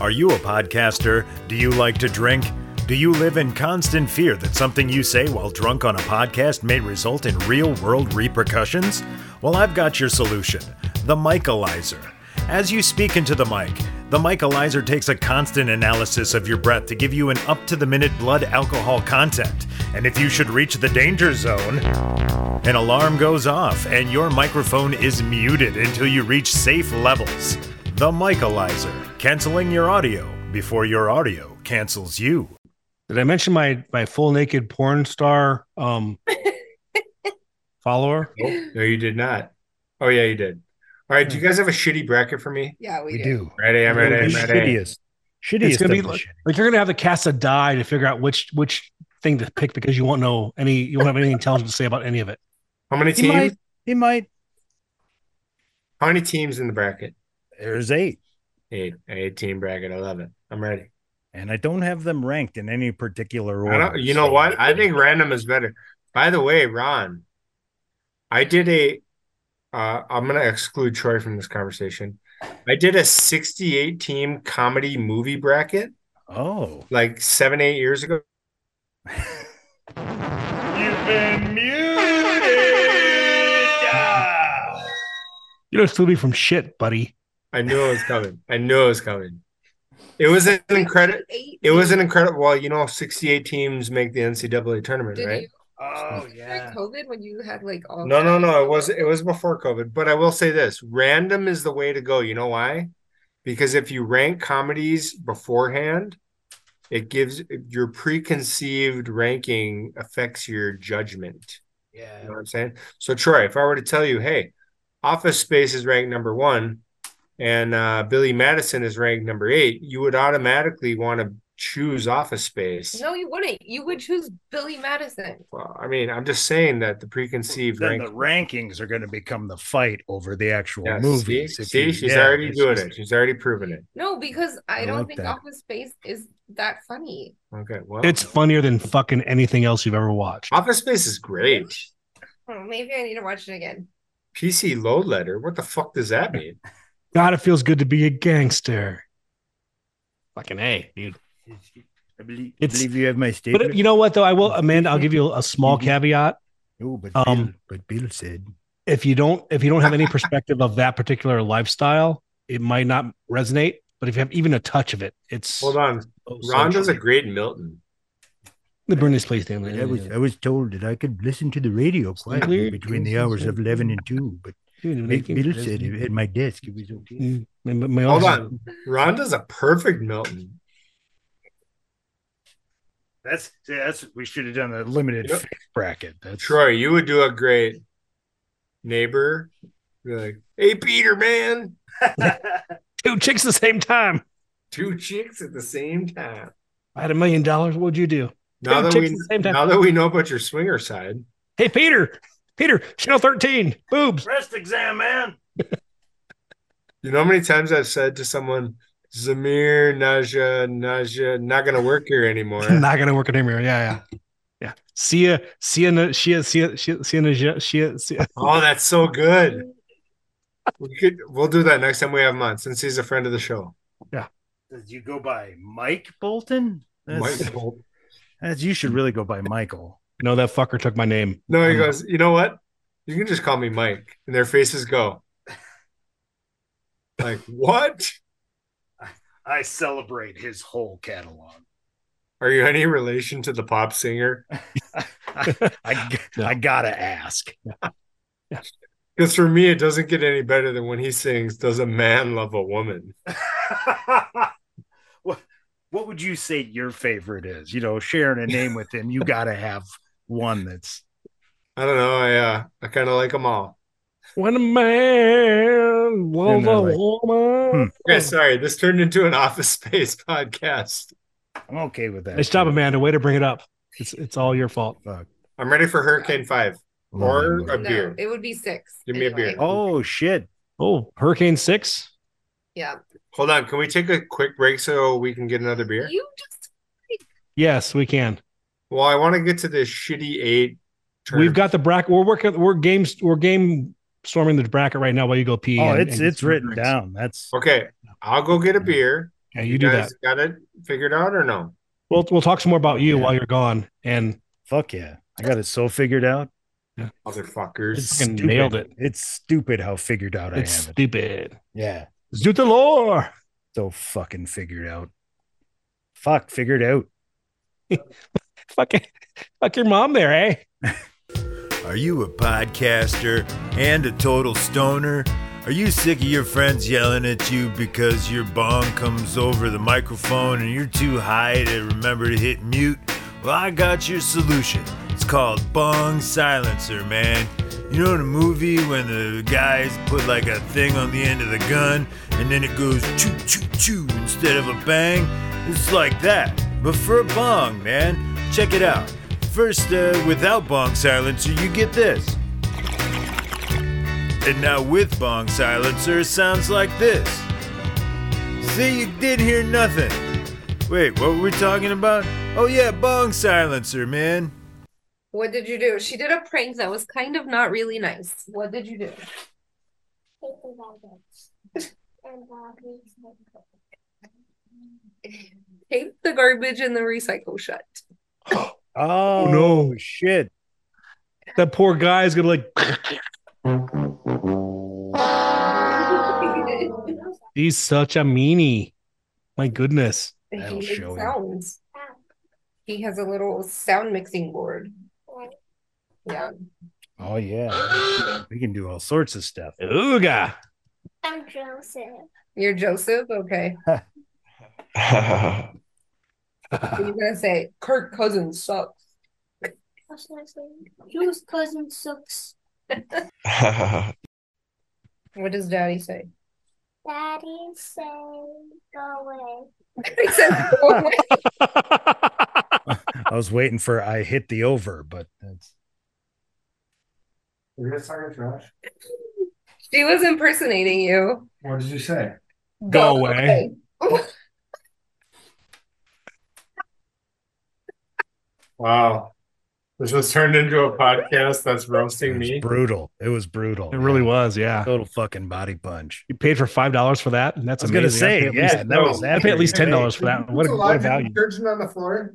Are you a podcaster? Do you like to drink? Do you live in constant fear that something you say while drunk on a podcast may result in real world repercussions? Well, I've got your solution the Michaelizer. As you speak into the mic, the Michaelizer takes a constant analysis of your breath to give you an up to the minute blood alcohol content. And if you should reach the danger zone, an alarm goes off, and your microphone is muted until you reach safe levels. The Michaelizer, canceling your audio before your audio cancels you.
Did I mention my my full naked porn star um follower?
No, you did not. Oh yeah, you did. All right. Do you
Hmm.
guys have a shitty bracket for me?
Yeah, we,
we
do.
do.
Ready? I'm ready.
We're
I'm
the
ready.
Shittiest. Shittiest.
It's gonna
of
be
the
like,
shitty.
like you're gonna have to cast a die to figure out which which thing to pick because you won't know any you won't have anything intelligent to say about any of it.
How many
He
teams?
might. He might.
How many teams in the bracket?
There's eight.
Eight. Eight team bracket. I love it. I'm ready.
and I don't have them ranked in any particular order.
I don't, you know
so-
what? I think random is better. By the way, Ron, I did a. Uh, I'm gonna exclude Troy from this conversation. I did a 68 team comedy movie bracket
Oh,
like seven, eight years ago.
You've been muted. Ah.
You don't steal me from shit, buddy.
I knew it was coming. I knew it was coming. It was an incredible.
Eight.
It was an incredible. Well, you know, 68 teams make the NCAA tournament,
Did
right?
you?
Oh
During
yeah.
COVID, when you had like all
No, no,
that-
no. It was it was before COVID, but I will say this: random is the way to go. You know why? Because if you rank comedies beforehand, it gives your preconceived ranking affects your judgment. You
Yeah.
know what I'm saying? So Troy, if I were to tell you, hey, Office Space is ranked number one, and uh, Billy Madison is ranked number eight, you would automatically want to choose Office Space.
No, you wouldn't. You would choose Billy Madison.
Well, I mean, I'm just saying that the preconceived
Then
rank.
the rankings are going to become the fight over the actual
Yeah,
movies.
See,
if
see
you-
she's
yeah,
already
it's
doing
just-
it. She's already proven it.
No, because I,
I
don't
like
think
that.
Office Space is that funny.
Okay. Well,
It's funnier than fucking anything else you've ever watched.
Office Space is great.
Oh, maybe I need to watch it again.
PC load letter. What the fuck does that mean?
God, it feels good to be a gangster. Fucking a, dude.
I believe,
It's-
believe you have my statement.
But you know what though? I will, Amanda. I'll give you a small caveat.
no, but
um,
Bill, but Bill said
If you don't, if you don't have any perspective of that particular lifestyle, it might not resonate. But if you have even a touch of it, it's
Hold on.
oh,
so
Rhonda's a
central.
great Milton.
the Britney Spears thing.
I was I was told that I could listen to the radio quietly
clear.
between the hours of eleven and two, but Bill Bill said it at my desk it was okay.
Mm, my- my
Hold
office-
on. Rhonda's a perfect Milton.
That's that's we should have done a limited
Yep.
fifth bracket. That's
Troy, you would do a great neighbor. You're like, hey, Peter, man,
Two chicks at the same time.
two chicks at the same time.
I had a million dollars. What'd you do?
Now
Two
that
chicks
we
at the same time.
now that we know about your swinger side,
Hey, Peter. Peter, channel 13, boobs.
breast exam, man.
you know how many times I've said to someone, Zamir, Naja, Naja, not gonna work here anymore.
Not going to work in here. Yeah, yeah. Yeah. See ya. See ya. no- See ya. See ya. See ya. See ya. See ya. See ya.
Oh, that's so good. We could we'll do that next time we have him on since he's a friend of the show.
Does you go by Mike Bolton? That's,
Mike Bolt.
that's you should really go by Michael.
No, that fucker took my name.
No, he goes, you know what? You can just call me Mike. And their faces go. Like, what?
I celebrate his whole catalog.
Are you any relation to the pop singer?
I, g-
No.
I gotta ask.
Because for me, it doesn't get any better than when he sings, Does a man love a woman?
what, what would you say your favorite is? You know, sharing a name with him, you gotta have one that's
I don't know. I uh, I kind of like them all.
When a man loves
they're
a
like,
woman.
Okay, sorry. This turned into an office space podcast.
I'm okay with that.
Hey, stop,
too.
Amanda. Way to bring it up. It's it's all your fault.
Fuck.
I'm ready for Hurricane Five. Or
Lord,
a
Lord.
No,
beer.
it would be six.
Give me a beer.
Oh shit.
Oh, Hurricane Six.
Yeah.
Hold on. Can we take a quick break so we can get another beer?
You just
Yes, we can.
Well, I want to get to this shitty eight.
We've
tournament.
got the bracket. We're working. We're games. We're game storming the bracket right now while you go pee.
Oh,
and-
it's
and-
it's written down. That's
Okay, I'll go get a beer.
Yeah, you do that.
guys Got it figured out or no?
We'll we'll talk some more about you
Yeah.
while you're gone. And
fuck yeah. I got it so figured out.
Motherfuckers.
It's
Fucking
stupid.
nailed it.
It's stupid how figured out
it's
I have it.
stupid.
Yeah.
Zoot the lore.
So fucking figured out. Fuck, figured out.
Fucking fuck your mom there, eh?
Are you a podcaster and a total stoner? Are you sick of your friends yelling at you because your bong comes over the microphone and you're too high to remember to hit mute? Well, I got your solution. It's called Bong Silencer, man. You know in a movie when the guys put like a thing on the end of the gun and then it goes choo choo choo instead of a bang? It's like that, but for a bong, man. Check it out. First, uh, without Bong Silencer, you get this. And now with Bong Silencer, it sounds like this. See, you did hear nothing. Wait, what were we talking about? Oh, yeah, Bong Silencer, man.
what did you do? She did a prank that was kind of not really nice. What did you do?
Take the garbage. And Bobby.
Take the garbage in the recycle shut.
Oh,
no.
shit.
That poor guy is gonna like he's such a meanie. My goodness.
That'll
he
show
makes
"Ah,
him.
sounds. He has a little sound mixing board. Yeah.
Oh yeah, we can do all sorts of stuff.
Ooga.
I'm Joseph.
You're Joseph? Okay. You're gonna say Kirk Cousins sucks.
What should I say? Whose cousin sucks?
What does daddy say?
Daddy say go away.
he says, "Go away."
I was waiting for I hit the over, but that's
You're just talking trash.
she was impersonating you.
What did you say?
Go,
away.
Wow. This has turned into a podcast that's roasting
it was
me.
brutal. It was brutal.
It really was, yeah.
total fucking body punch.
You paid for five dollars for that, and
I
that's
was gonna
amazing.
say,
I paid at
yeah,
least-
that was
I paid at least ten
after-
dollars for that. What a, what a value!
Detergent on the floor.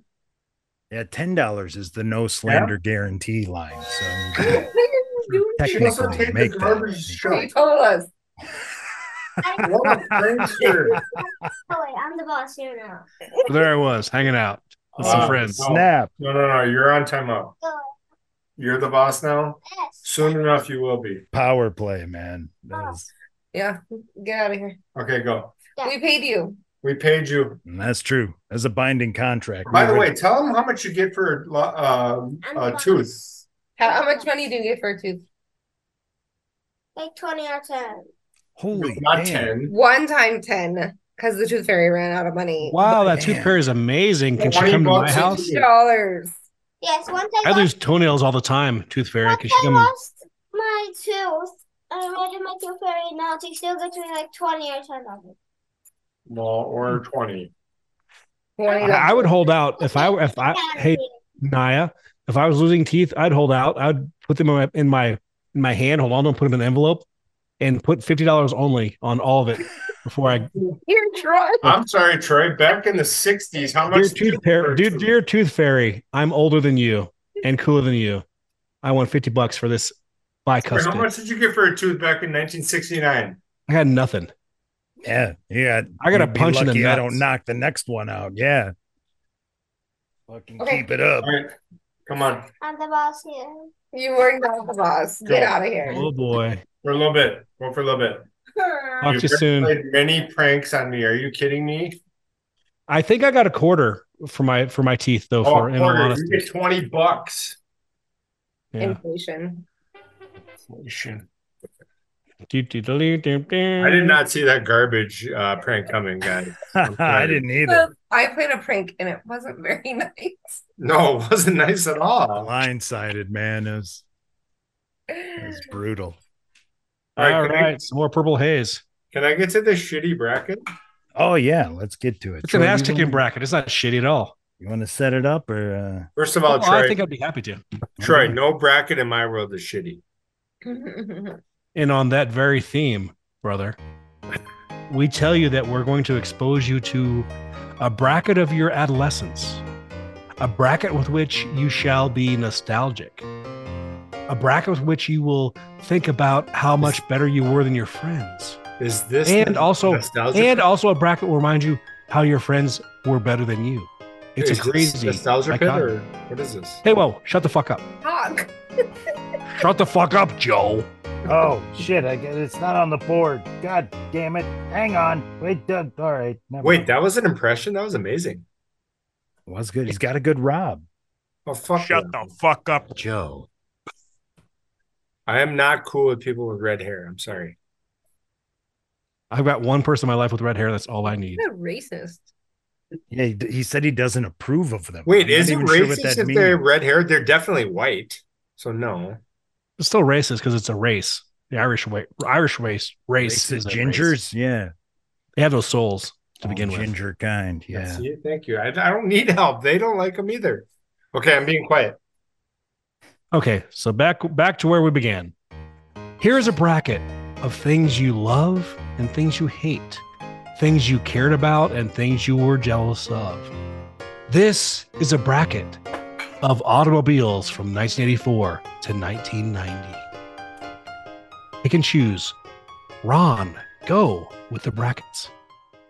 Yeah, ten dollars is the no slander guarantee line. So you
What are you doing?
Technically. also take the make that. garbage
You told us.
I,
shirt.
oh wait, I'm the boss here now.
There I was hanging out with some
Wow.
friends.
Oh.
snap.
No, no, no. You're on timeout.
Go away.
You're the boss now.
Yes.
Soon enough, you will be.
Power play, man. That is,
Yeah, get out of here.
Okay, go.
We paid you.
We paid you.
and that's true. That's a binding contract.
By the way, tell them how much you get for a lo-
I'm
uh,
the
a
boss.
tooth.
How, how much money do you get for a tooth?
Like twenty out of ten.
holy
Not
damn.
ten.
One time ten, because the tooth fairy ran out of money.
Wow, that tooth
Man.
fairy is amazing. Can she
Twenty
come to my
bucks a
house?
tooth.
Dollars.
Yes, once
I
I
lose
lost,
toenails all the time, tooth fairy. Can she
once I
come?
lost my tooth, I read my tooth fairy now. She still gets me like twenty or ten dollars.
Well, or twenty.
Twenty
I, I would hold out if I if I hey Naya, if I was losing teeth, I'd hold out. I'd put them in my in my, in my hand, hold on to them, put them in an envelope, and put fifty dollars only on all of it before I.
You're drunk.
Uh,
I'm sorry, Troy. Back in the '60s, how
Dear
much?
tooth fairy, dude, dear tooth fairy, I'm older than you and cooler than you. I want fifty bucks for this
Wait, how
bicuspid.
much did you get for a tooth back in 1969?
I got nothing.
Yeah, yeah.
I got a
You'd be
punch in the
lucky I don't
nuts.
knock the next one out. Yeah. Fucking
Okay.
keep it up.
All right, come on.
I'm the boss here.
You were not the boss. Get out of here.
Oh boy,
For a little bit. Go for a little bit.
talk to you
You've
soon.
played many pranks on me. Are you kidding me?
I think I got a quarter for my for my teeth though.
Oh,
for in all
quarter. You
honesty,
get 20 bucks.
yeah.
Inflation.
I did not see that garbage uh, prank coming, guys.
I didn't either.
I played a prank and it wasn't very nice.
No, it wasn't nice at all.
Blindsided, man. It was, it was brutal.
All
Alright, can I-
right, some more purple haze.
Can I get to the shitty bracket?
Oh yeah, let's get to it.
It's an
Troy, you
ass kicking
wanna-
bracket. It's not shitty at all.
You want to set it up or uh
First of all,
Well,
Troy,
Oh, I think I'd be happy to.
Troy, no bracket in my world is shitty.
And on that very theme, brother, we tell you that we're going to expose you to a bracket of your adolescence, a bracket with which you shall be nostalgic, a bracket with which you will think about how much better you were than your friends,
Is this
and also
nostalgia?
and also a bracket will remind you how your friends were better than you. It's
is
a
this
crazy
nostalgia pit
dichotomy.
or what is this?
Hey, whoa! Shut the fuck up!
Talk.
Shut the fuck up, Joe.
oh shit, I guess it's not on the board. God damn it. Hang on. Wait, Doug. All right. never
Wait,
mind.
that was an impression. That was amazing.
was good. He's got a good Rob.
Oh fuck! yeah.
the fuck up.
Joe.
I am not cool with people with red hair. I'm sorry.
I've got one person in my life with red hair. That's all I need.
You're racist.
Yeah, he, he said he doesn't approve of them.
Wait,
I'm not
is it
even
racist
sure what that
if
means.
they're red haired? They're definitely white. So no.
It's still racist because it's a race. The Irish way, Irish race, race
Racist
is a
gingers?
race.
Yeah.
They have those souls to
Oh,
begin with.
Ginger kind. Yeah.
See, thank you. I, I don't need help. They don't like them either. Okay, I'm being quiet.
Okay, so back back to where we began. Here is a bracket of things you love and things you hate, things you cared about and things you were jealous of. This is a bracket of automobiles from 1984 to 1990. Pick and choose. Ron, go with the brackets.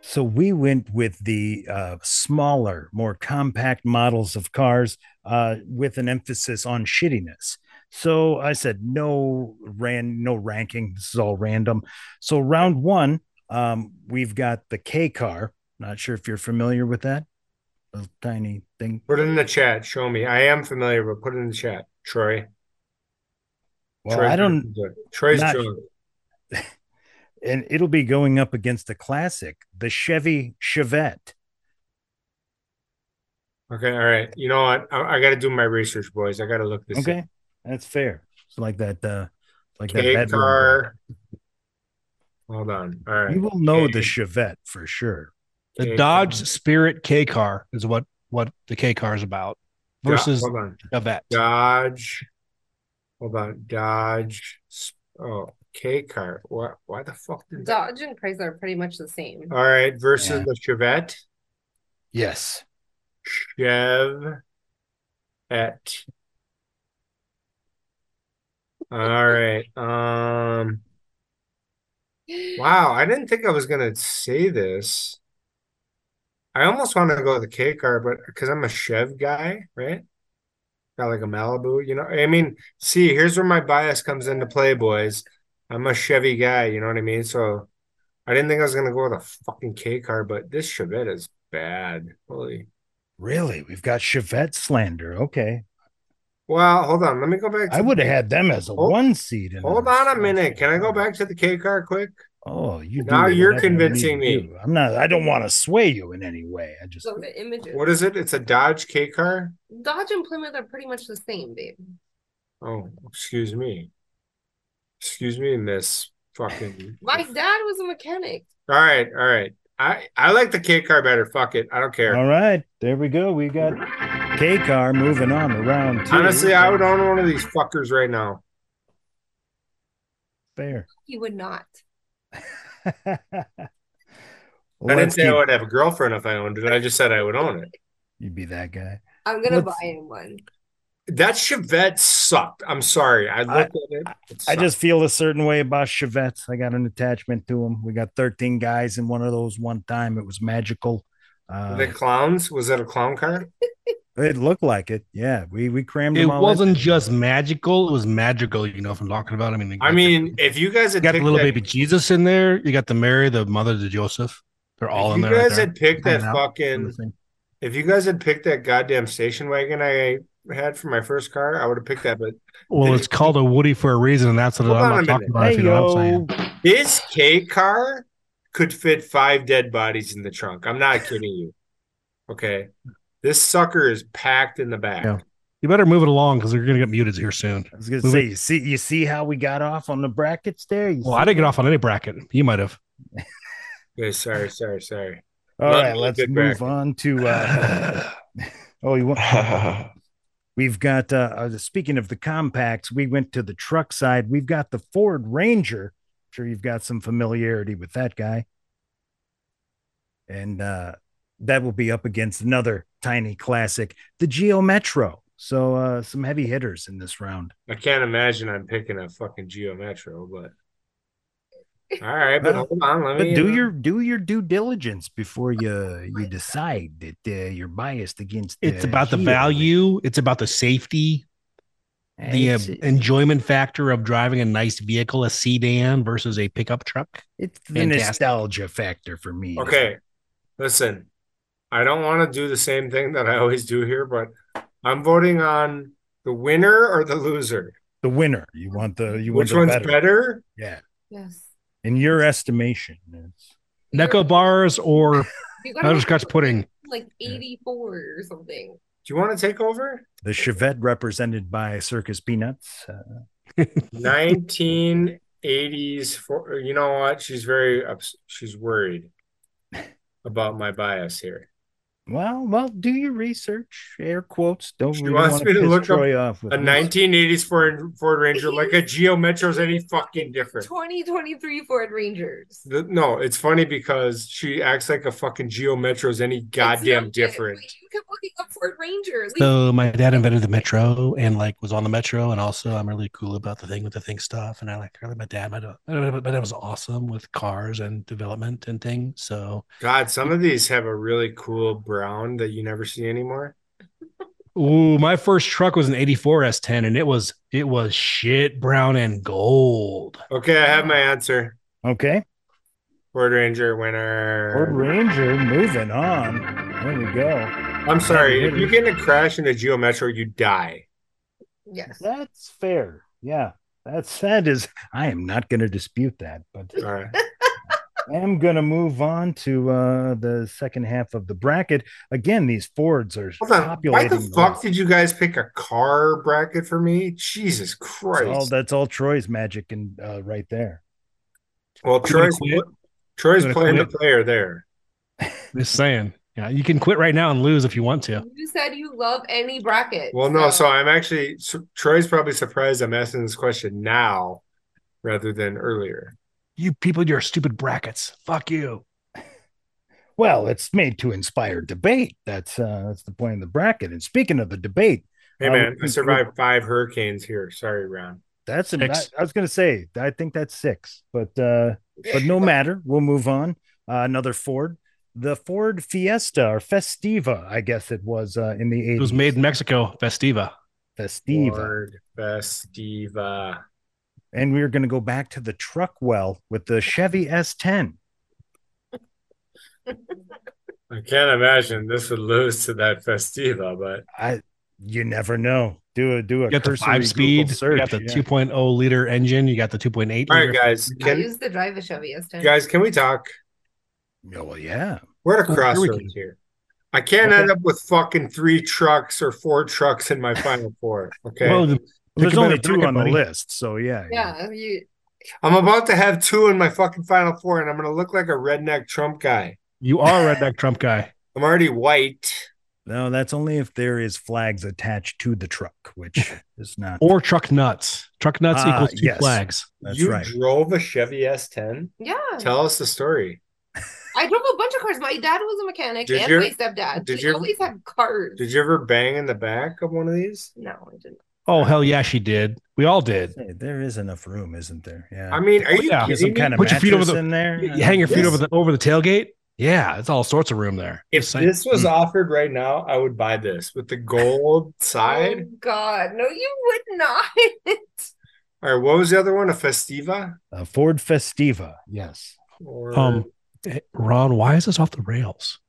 So we went with the uh, smaller, more compact models of cars uh, with an emphasis on shittiness. So I said no ran no ranking. This is all random. So round one, um, we've got the K car. Not sure if you're familiar with that. A tiny thing.
Put it in the chat. Show me. I am familiar, but put it in the chat, Troy.
Well,
Troy's
I don't
doing it. Troy's
not-
doing it.
and it'll be going up against a classic, the Chevy Chevette.
Okay, all right. You know what? I, I got to do my research, boys. I got to look this.
Okay. That's fair. It's like that uh like that
K
bedroom
car. Hold on. All
block.
right.
You will know the
K.
Chevette for sure.
The
K
Dodge
car.
Spirit K car is what what the K car is about
Do-
versus
Hold on.
a vet.
Dodge. Hold on. Dodge. s- Oh, K car. What? Why the fuck did that?
Dodge and Chrysler are pretty much the same.
Uh,
All right. Versus
Yeah.
the Chevette.
Yes.
Chev at. All right. Um wow, I didn't think I was gonna say this. I almost want to go with the K car, but because I'm a Chev guy, right? Got like a Malibu, you know. I mean, see, here's where my bias comes into play, boys. I'm a Chevy guy, you know what I mean? So I didn't think I was gonna go with a fucking K car, but this Chevette is bad. Holy
Really? We've got Chevette slander. Okay.
Well, hold on. Let me go back to
I would have had them as a
Hold-
one seed. in
Hold
this.
on a minute. Can I go back to the K car quick?
Oh, you do
Now you're
whatever you need
convincing
to
me.
do. I'm not. I don't want to sway you in any way. I just
So the images.
What is it? It's a Dodge K car?
Dodge and Plymouth are pretty much the same, babe.
Oh, excuse me. Excuse me, miss fucking.
My dad was a mechanic.
All right, all right. I I like the K car better. Fuck it. I don't care.
All right, there we go. We got K car moving on around. Two.
Honestly, I would own one of these fuckers right now.
fair.
He would not.
I didn't
Let's
say I
keep-
would have a girlfriend if I owned it. I just said I would own it.
You'd be that guy.
I'm gonna
Let's-
buy him one.
That Chevette sucked. I'm sorry. I looked at it. It
I
sucked.
just feel a certain way about Chevettes. I got an attachment to them. We got 13 guys in one of those one time. It was magical. Uh,
the clowns. Was that a clown car?
it looked like it. Yeah, we we crammed
It
them all.
wasn't just magical; it was magical. You know what I'm talking about. I mean,
I mean, if you guys had
you Uh, got the
picked
little
that-
baby Jesus in there. You got the Mary, the mother, the Joseph. They're all
if
in
you
there. right
guys
there.
had picked that
Hanging out.
fucking if you guys had picked that goddamn station wagon I had for my first car, I would have picked that. But
Well, it's called a Woody for a reason, and that's what
Hold on
I'm
a
not
minute.
talking about. if you know what I'm saying.
Hey, yo.
this K car could fit five dead bodies in the trunk. I'm not kidding you. Okay. This sucker is packed in the back.
Yeah. You better move it along because we're gonna get muted here soon.
I was gonna say, you see, you see how we got off on the brackets there. You
Well, I didn't get off on any bracket. You might have.
Okay, sorry, sorry, sorry.
All
Love
right,
me a
let's
good
move
bracket.
on to. Uh, oh, you want? We've got. Uh, uh, speaking of the compacts, we went to the truck side. We've got the Ford Ranger. I'm sure you've got some familiarity with that guy, and uh, that will be up against another tiny classic, the Geo Metro. So uh, some heavy hitters in this round.
I can't imagine I'm picking a fucking Geo Metro, but all right, but
Well,
hold on.
Oh,
Let me
Uh,
uh,
But do your do your due diligence before you you decide that uh, you're biased against.
It's
uh,
about the
Geo.
value. It's about the safety, the uh,
It's-
enjoyment factor of driving a nice vehicle, a sedan versus a pickup truck.
It's the
Fantastic.
nostalgia factor for me.
Okay, listen, I don't want to do the same thing that I always do here, but I'm voting on the winner or the loser.
The winner. You want the you want
Which
the
one's
better.
better?
Yeah.
Yes.
In your estimation. it's-
Necco bars or
You gotta
butter scotch pudding.
like 84 or something.
Do you want to take over?
The Chevette represented by Circus Peanuts. Uh,
1980s. For you know what? She's very ups- she's worried about my bias here.
well, well, do your research. Air quotes. Don't
She
really
wants
want
me to
piss
look up
Troy off with
A
this.
1980s Ford Ford Ranger, like a Geo Metro's any fucking different.
2023 Ford Rangers.
The- no, it's funny because she acts like a fucking Geo Metro's any goddamn
It's not-
different.
You kept looking up Ford Ranger. Leave-
So my dad invented the metro and like was on the metro, and also I'm really cool about the thing with the thing stuff. And I like really my dad. My dad, my dad- my dad was awesome with cars and development and things. So
God, some of these have a really cool brown that you never see anymore.
Ooh, my first truck was an 84 S10 and it was it was shit brown and gold.
Okay, I have my answer.
Okay.
Ford Ranger winner.
Ford Ranger moving on. There we go.
I'm sorry. If you get in a crash in a Geo Metro, you die.
Yes.
That's fair. Yeah. That's that is I am not gonna dispute that, but
All right.
I am gonna move on to uh the second half of the bracket. Again, these Fords are
Hold on. Why
populating.
the
the-
fuck did you guys pick a car bracket for me? Jesus
That's all,
Christ.
that's all Troy's magic and uh, right there.
Well, Troy's
quit?
Troy's
Gonna
playing the
quit?
player there.
Just saying. Yeah, you can quit right now and lose if you want to.
You said you love any bracket.
Well, no. So I'm actually so Troy's probably surprised I'm asking this question now rather than earlier.
You people, your stupid brackets. Fuck you.
Well, it's made to inspire debate. That's uh, that's the point of the bracket. And speaking of the debate,
Hey
Uh,
man,
we-
I survived five hurricanes here. Sorry, Ron.
that's I,
Six.
I was going to say I think that's six, but uh, but no matter. We'll move on. Uh, another Ford, the Ford Fiesta or Festiva, I guess it was uh, in the
It was
eighties.
made in Mexico, Festiva.
Festiva,
Ford Festiva.
and we are going to go back to the truck well with the Chevy S10.
I can't imagine this would lose to that Festiva, but
I you never know. Do a do a
You got the
cursory
five speed,
Google
you
search.
got the
yeah.
2.0 liter engine, you got the 2.8
all
liter.
right, guys.
I
Can
used to drive a Chevy S10.
guys can we talk?
Oh, well, yeah.
We're at a
Oh, here we
crossroads
can.
here. I can't
Okay.
end up with fucking three trucks or four trucks in my final four. Okay.
Well, the-
There's
Think about
only
it,
two
bracket,
on the
buddy.
list, so yeah.
Yeah, you,
I'm about to have two in my fucking final four, and I'm gonna look like a redneck Trump guy.
you are a redneck Trump guy.
I'm already white.
No, that's only if there is flags attached to the truck, which is not.
Or truck nuts. Truck nuts
Ah,
equals two
yes.
flags.
That's
you
right.
drove a Chevy S10.
yeah.
Tell us the story.
I drove a bunch of cars. My dad was a mechanic
Did
and
your-
my stepdad.
did
we
your-
always had cars.
Did you ever bang in the back of one of these?
No, I didn't.
Oh hell yeah, she did. We all did.
Hey, there is enough room, isn't there? Yeah.
I mean, are you
Yeah.
Get some
kidding me?
kind of
Put your feet over
mattress
the-
in there.
You hang your feet
Yes.
over the over the tailgate. Yeah, it's all sorts of room there.
If
Just saying.
this was
Mm.
offered right now, I would buy this with the gold
Oh
side.
God, no, you would not.
All right, what was the other one? A Festiva?
A Ford Festiva. Yes.
Or
um, eh, Ron, why is this off the rails?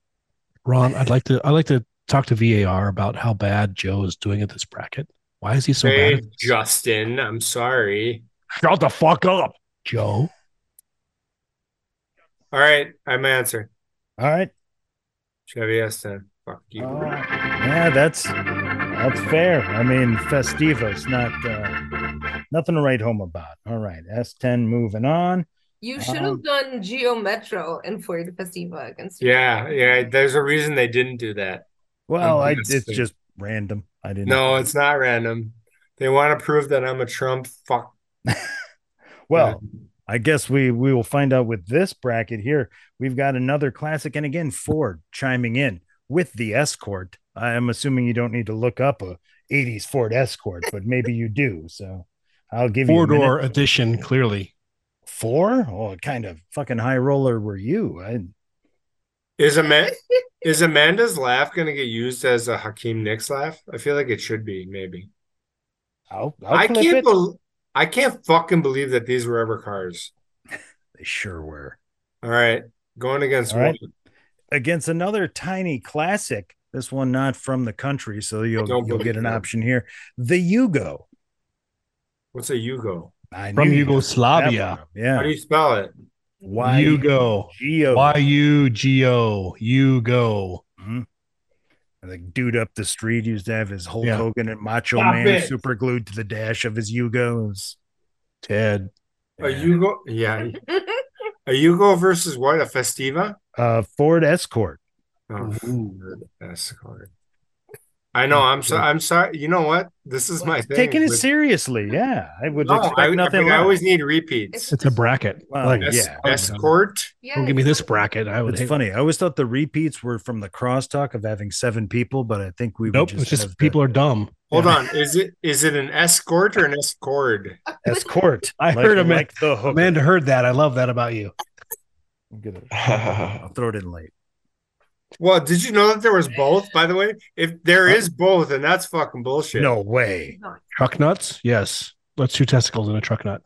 Ron, I'd like to I'd like to talk to VAR about how bad Joe is doing at this bracket. Why is he so
hey,
bad? at this?
Justin, I'm sorry.
Shut the fuck up, Joe.
All right, I'm answer.
All right.
Chevy S10. Fuck you.
Uh, yeah, that's that's fair. I mean, Festiva's not uh, nothing to write home about. All right, S10 moving on.
You should
Um,
have done Geo Metro and Ford Festiva against.
yeah, yeah. There's a reason they didn't do that.
Well, I,
Yes,
it's
they-
just random. I didn't.
No, it's not random. They want to prove that I'm a Trump fuck.
Well, I guess we we will find out with this bracket here. We've got another classic, and again Ford chiming in with the Escort. I am assuming you don't need to look up a '80s Ford Escort, but maybe you do. So I'll give
Four
you a minute.
door edition, clearly.
Four? Oh, what kind of fucking high roller were you? I,
Is Amanda, is Amanda's laugh going to get used as a Hakeem Nicks laugh? I feel like it should be, maybe.
I'll, I'll
I
clip
can't.
it.
bel I can't fucking believe that these were ever cars.
They sure were.
All right, going against
All right.
one.
against another tiny classic. This one not from the country, so you'll
don't
you'll
believe
get an
that.
option here. The Yugo.
What's a Yugo?
I
From
knew you'd have
Yugoslavia.
that one. Yeah.
How do you spell it?
Why
Yugo.
Geo.
Y U G O. You go.
Mm-hmm. The dude up the street used to have his Hulk
Yeah.
Hogan and Macho
Stop
Man
it.
super glued to the dash of his Yugos.
Ted.
A Yugo? Yeah, a Yugo versus what? A Festiva?
Uh, Ford Escort. Mm-hmm.
Oh, that's hard. I know. I'm so. I'm sorry. You know what? This is my thing.
Taking it
with-
seriously. Yeah. I would
No,
expect
I, I
nothing.
mean, I
less.
always need repeats.
It's a bracket.
Wow.
Like,
Yes.
Es-
yeah.
Escort.
Yeah,
don't give me this bracket. I would
It's
hate
funny. I always thought the repeats were from the crosstalk of having seven people, but I think we would
Nope. it's
have
just
the
people are dumb.
Hold
Yeah.
on. Is it is it an escort or an escort?
escort.
I
like,
heard Ama-
like the hook.
Amanda heard that. I love that about you.
I'll throw it in late.
Well, did you know that there was both? By the way, if there is both, and that's fucking bullshit.
No way.
Truck nuts? Yes. That's two testicles in a truck nut.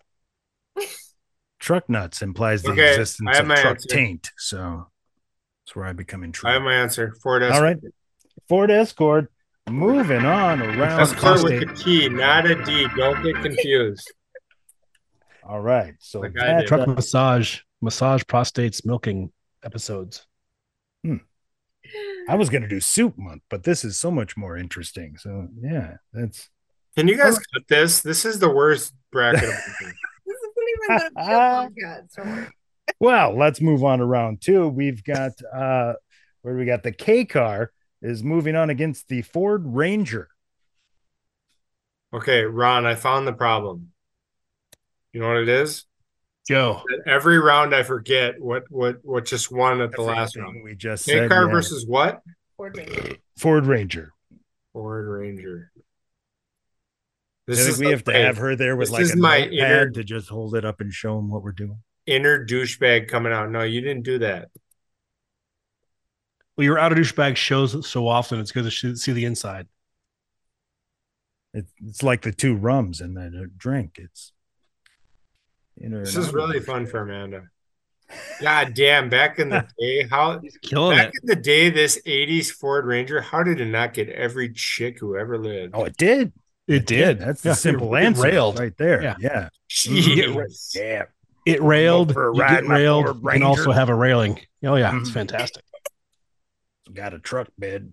Truck nuts implies the
Okay, I
existence
have
of
my
truck
answer.
taint. So that's where I become intrigued.
I have my answer. Ford
All
Escort.
right. Ford Escort moving on around
Escort
the
with
state.
a T, not a D. Don't get confused.
All right. So
Like I
that,
did.
Truck massage, massage prostates, milking episodes.
I was going to do soup month, but this is so much more interesting. So yeah, that's
Can you guys
Alright.
cut this? This is the worst bracket. Of all time.
This isn't even gonna be a podcast. Don't worry.
well, let's move on to round two. We've got uh where do we got the K car is moving on against the Ford Ranger.
okay, Ron, I found the problem. You know what it is?
Joe.
That every round, I forget what what what just won at the last
Everything
round.
we just
K
said.
car
yeah.
versus what?
Ford Ranger.
Ford Ranger.
Ford Ranger.
I
This
think we
the
have to
brave.
have her there with
This
like
is
a
my
notepad
inner-
to just hold it up and show them what we're doing.
inner douchebag coming out. No, you didn't do that.
Well, your outer douchebag shows so often. It's good to sh- see the inside.
It, it's like the two rums and then a drink. It's inner
This
and
is
outer.
really fun for Amanda. God damn, back in the day, how
He's killing
back
it.
in the day, this 80s Ford Ranger, how did it not get every chick who ever lived?
Oh, it did.
It did.
That's the
Yeah,
simple
it
answer
Railed.
right there.
Yeah.
yeah. mm-hmm.
Jeez.
Yeah.
It railed.
for a
You
ride
get
in my
railed.
Ford
You can also
Ranger.
have a railing. Oh yeah, it's
Mhm.
fantastic.
Got a truck bed.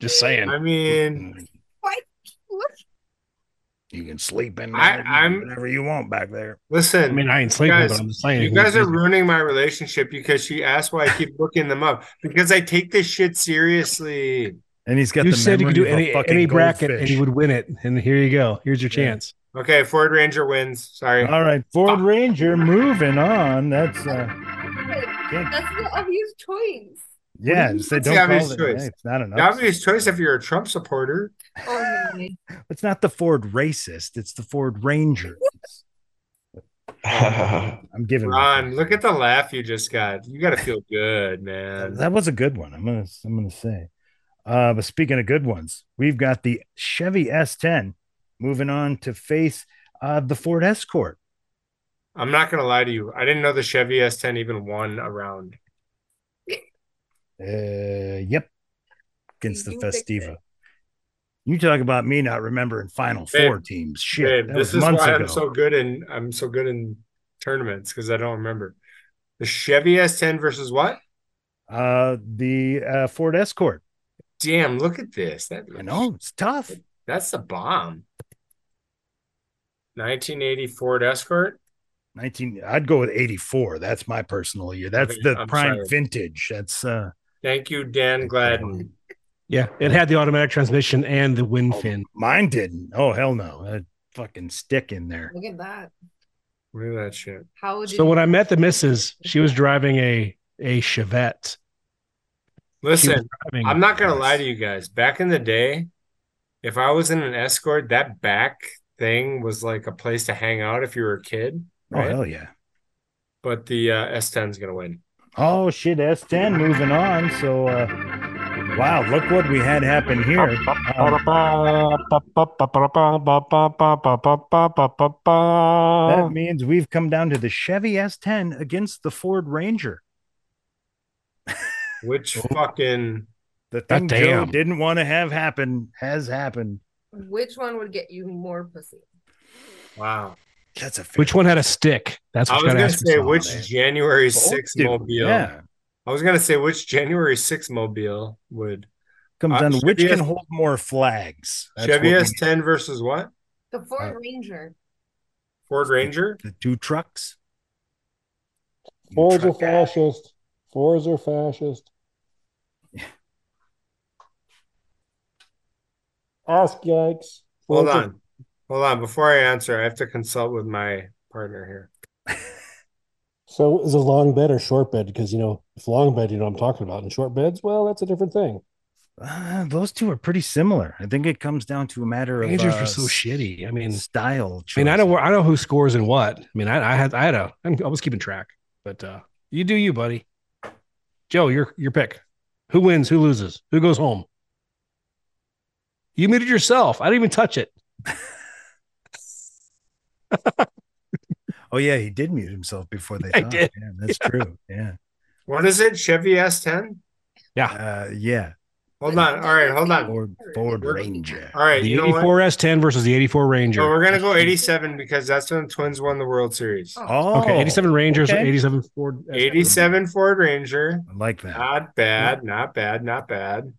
Just saying.
I mean,
Why? What?
You can sleep in
I-
there,
I'm-
whatever you want back there.
I
listen,
mean, I ain't sleeping,
guys-
but I'm just saying.
you guys are ruining my relationship because she asked why I keep looking them up because I take this shit seriously.
And he's got
You
the
said you could
memory
do
of a
any
fucking
any bracket and
goldfish.
you would win it. And here you go. Here's your
Yeah.
chance.
Okay, Ford Ranger wins. Sorry.
All right,
Uh,
Ford Ranger moving on. That's uh
That's the obvious choice.
yeah,
you-
so
that's the
don't call
obvious
it-
choice.
It's not an
The obvious choice if you're a Trump supporter.
Oh my.
It's not the Ford racist, it's the Ford Ranger. It's- I'm giving
Ron, look at the laugh you just got. You got to feel good, man.
that was a good one. I'm gonna I'm gonna say. Uh, but speaking of good ones, we've got the Chevy S10 moving on to face uh, the Ford Escort.
I'm not gonna lie to you. I didn't know the Chevy S10 even won a round.
Uh, yep, against the
You picked it.
Festiva. You talk about me not remembering Final
Babe,
Four teams. Shit,
Babe,
that
this
was
is
months
why
ago.
I'm so good in I'm so good in tournaments because I don't remember. The Chevy S10 versus what?
uh, the uh, Ford Escort.
Damn, look at this. That
I know it's tough.
that's the bomb. 1980 Ford Escort.
19 I'd go with 84. That's my personal year. That's
Okay,
the
I'm
prime
sorry.
vintage. That's uh
Thank you, Dan Gladden.
Yeah, it had the automatic transmission and the wind fin.
mine didn't. Oh hell no. That fucking stick in there. Oh,
Look at that.
Look at that shit.
How did
So when I met the missus, she was driving a a Chevette. She was
Listen,
driving-
I'm not gonna lie to you guys. Back in the day, if I was in an escort, that back thing was like a place to hang out if you were a kid.
Oh
Right.
hell yeah.
But the uh, S10 is gonna win.
Oh shit, S10 moving on. So uh wow, look what we had happen here. Um,
Uh-huh.
that means we've come down to the Chevy S10 against the Ford Ranger.
Which fucking
The thing Joe
damn.
didn't want to have happen has happened.
which one would get you more pussy?
wow!
That's a fair
Which one had a stick? That's
I was
what you gotta
gonna
ask
say
yourself.
which
man.
January
vote,
6
dude.
mobile.
Yeah.
I was gonna say which January 6 mobile would
comes
Uh,
down to which
Chevy
can
S-
hold more flags. That's
Chevy
what we-
S10 versus what
The Ford
Uh,
Ranger.
Ford Ranger?
The two trucks. You truck guy.
fascist. Fours are fascist. Ask yikes.
Hold on, hold on. Before I answer, I have to consult with my partner here.
So is a long bed or short bed? Because you know, if long bed, you know what I'm talking about, and short beds, well, that's a different thing.
Uh, those two are pretty similar. I think it comes down to a matter of
Rangers
uh,
were so shitty. I mean,
style.
I mean, I know
choices.
where I know who scores and what. I mean, I, I had I had a I was keeping track, but uh you do you, buddy. Joe, your your pick. Who wins? Who loses? Who goes home? You muted yourself. I didn't even touch it.
Oh yeah, he did mute himself before they.
I
talked.
did.
Yeah, that's true. Yeah.
What is it? Chevy S10?
Uh, yeah.
Hold on. All right, hold on.
Ford, Ford Ranger.
All right,
The
you know what?
84 S10 versus the 84 Ranger.
No, we're gonna go 87 because that's when the Twins won the World Series.
Oh,
okay, 87 Rangers,
okay.
87 Ford. S10.
87 Ford Ranger,
I like that.
not bad, not bad, not bad.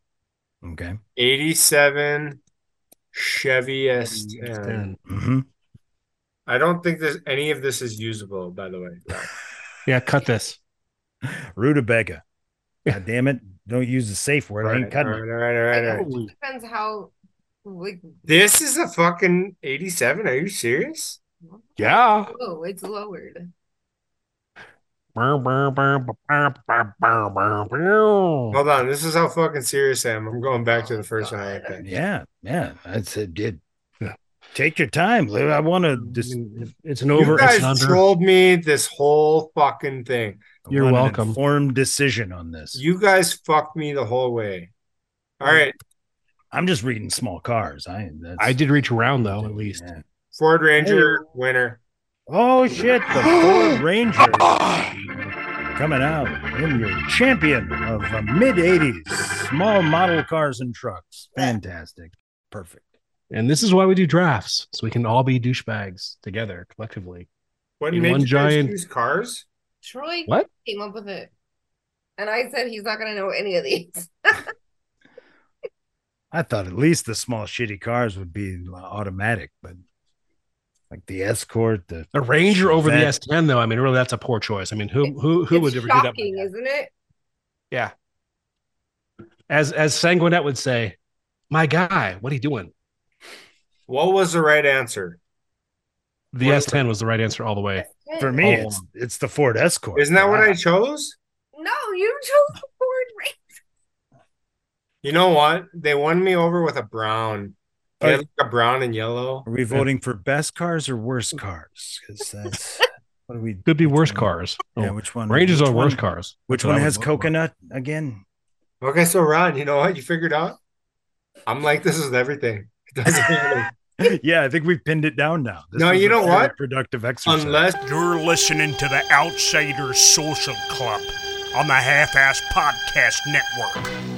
Okay.
87 Chevy S10.
hmm
I don't think this any of this is usable, by the way.
Yeah, cut this.
Rutabaga. God damn it! Don't use the safe word.
All
I
right,
ain't
all
cutting.
right, all right, all right, all right.
It depends how like
This is a fucking 87. Are you serious?
Yeah.
oh it's lowered.
Well,
Hold on, this is how fucking serious I am. I'm going back
Oh,
to the first one I had
it.
picked.
Yeah, yeah. I said, did.
Yeah.
Take your time. Lou. I want
Mm,
to just.
it's an
You
over. It's an
guys
under.
trolled me this whole fucking thing.
I
You're
want an
welcome.
Informed decision on this.
You guys fucked me the whole way. All right,
I'm just reading small cars. I. That's,
I did reach around though, at least.
Yeah.
Ford Ranger winner.
Oh shit! The Ford Ranger coming out in your champion of the mid '80s small model cars and trucks. Fantastic. Perfect.
And this is why we do drafts, so we can all be douchebags together collectively.
What
In
made
one
you guys
giant-
choose cars?
Troy
What?
came up with it. And I said he's not gonna know any of these.
I thought at least the small shitty cars would be automatic, but like the Escort, the
The Ranger over
That-
the S10, though. I mean, really, that's a poor choice. I mean, who who who
it's
would ever do that?
shocking, isn't it?
As as Sanguinet would say, "My guy, what are you doing?"
What was the right answer?
The S10 was the right answer all the way.
for me,
Oh.
it's it's the Ford Escort.
Isn't that what I
Wow.
chose?
No, you chose the Ford Ranger.
You know what? They won me over with a brown. They had like a brown and yellow.
Are we voting for best cars or worst cars? Because that's what are we?
Could be
which
worse
one-
cars.
Yeah,
Oh,
which one?
Rangers
which
are
one-
worse cars.
Which
That's what
one
I
has
would vote for.
coconut again?
Okay, so Ron, you know what? You figured out. I'm like, this is everything. It doesn't matter.
yeah, I think we've pinned it down now.
No,
was
you
a
know
very
what?
Productive exercise.
Unless
You're listening to the Outsiders Social Club on the Half Ass Podcast Network.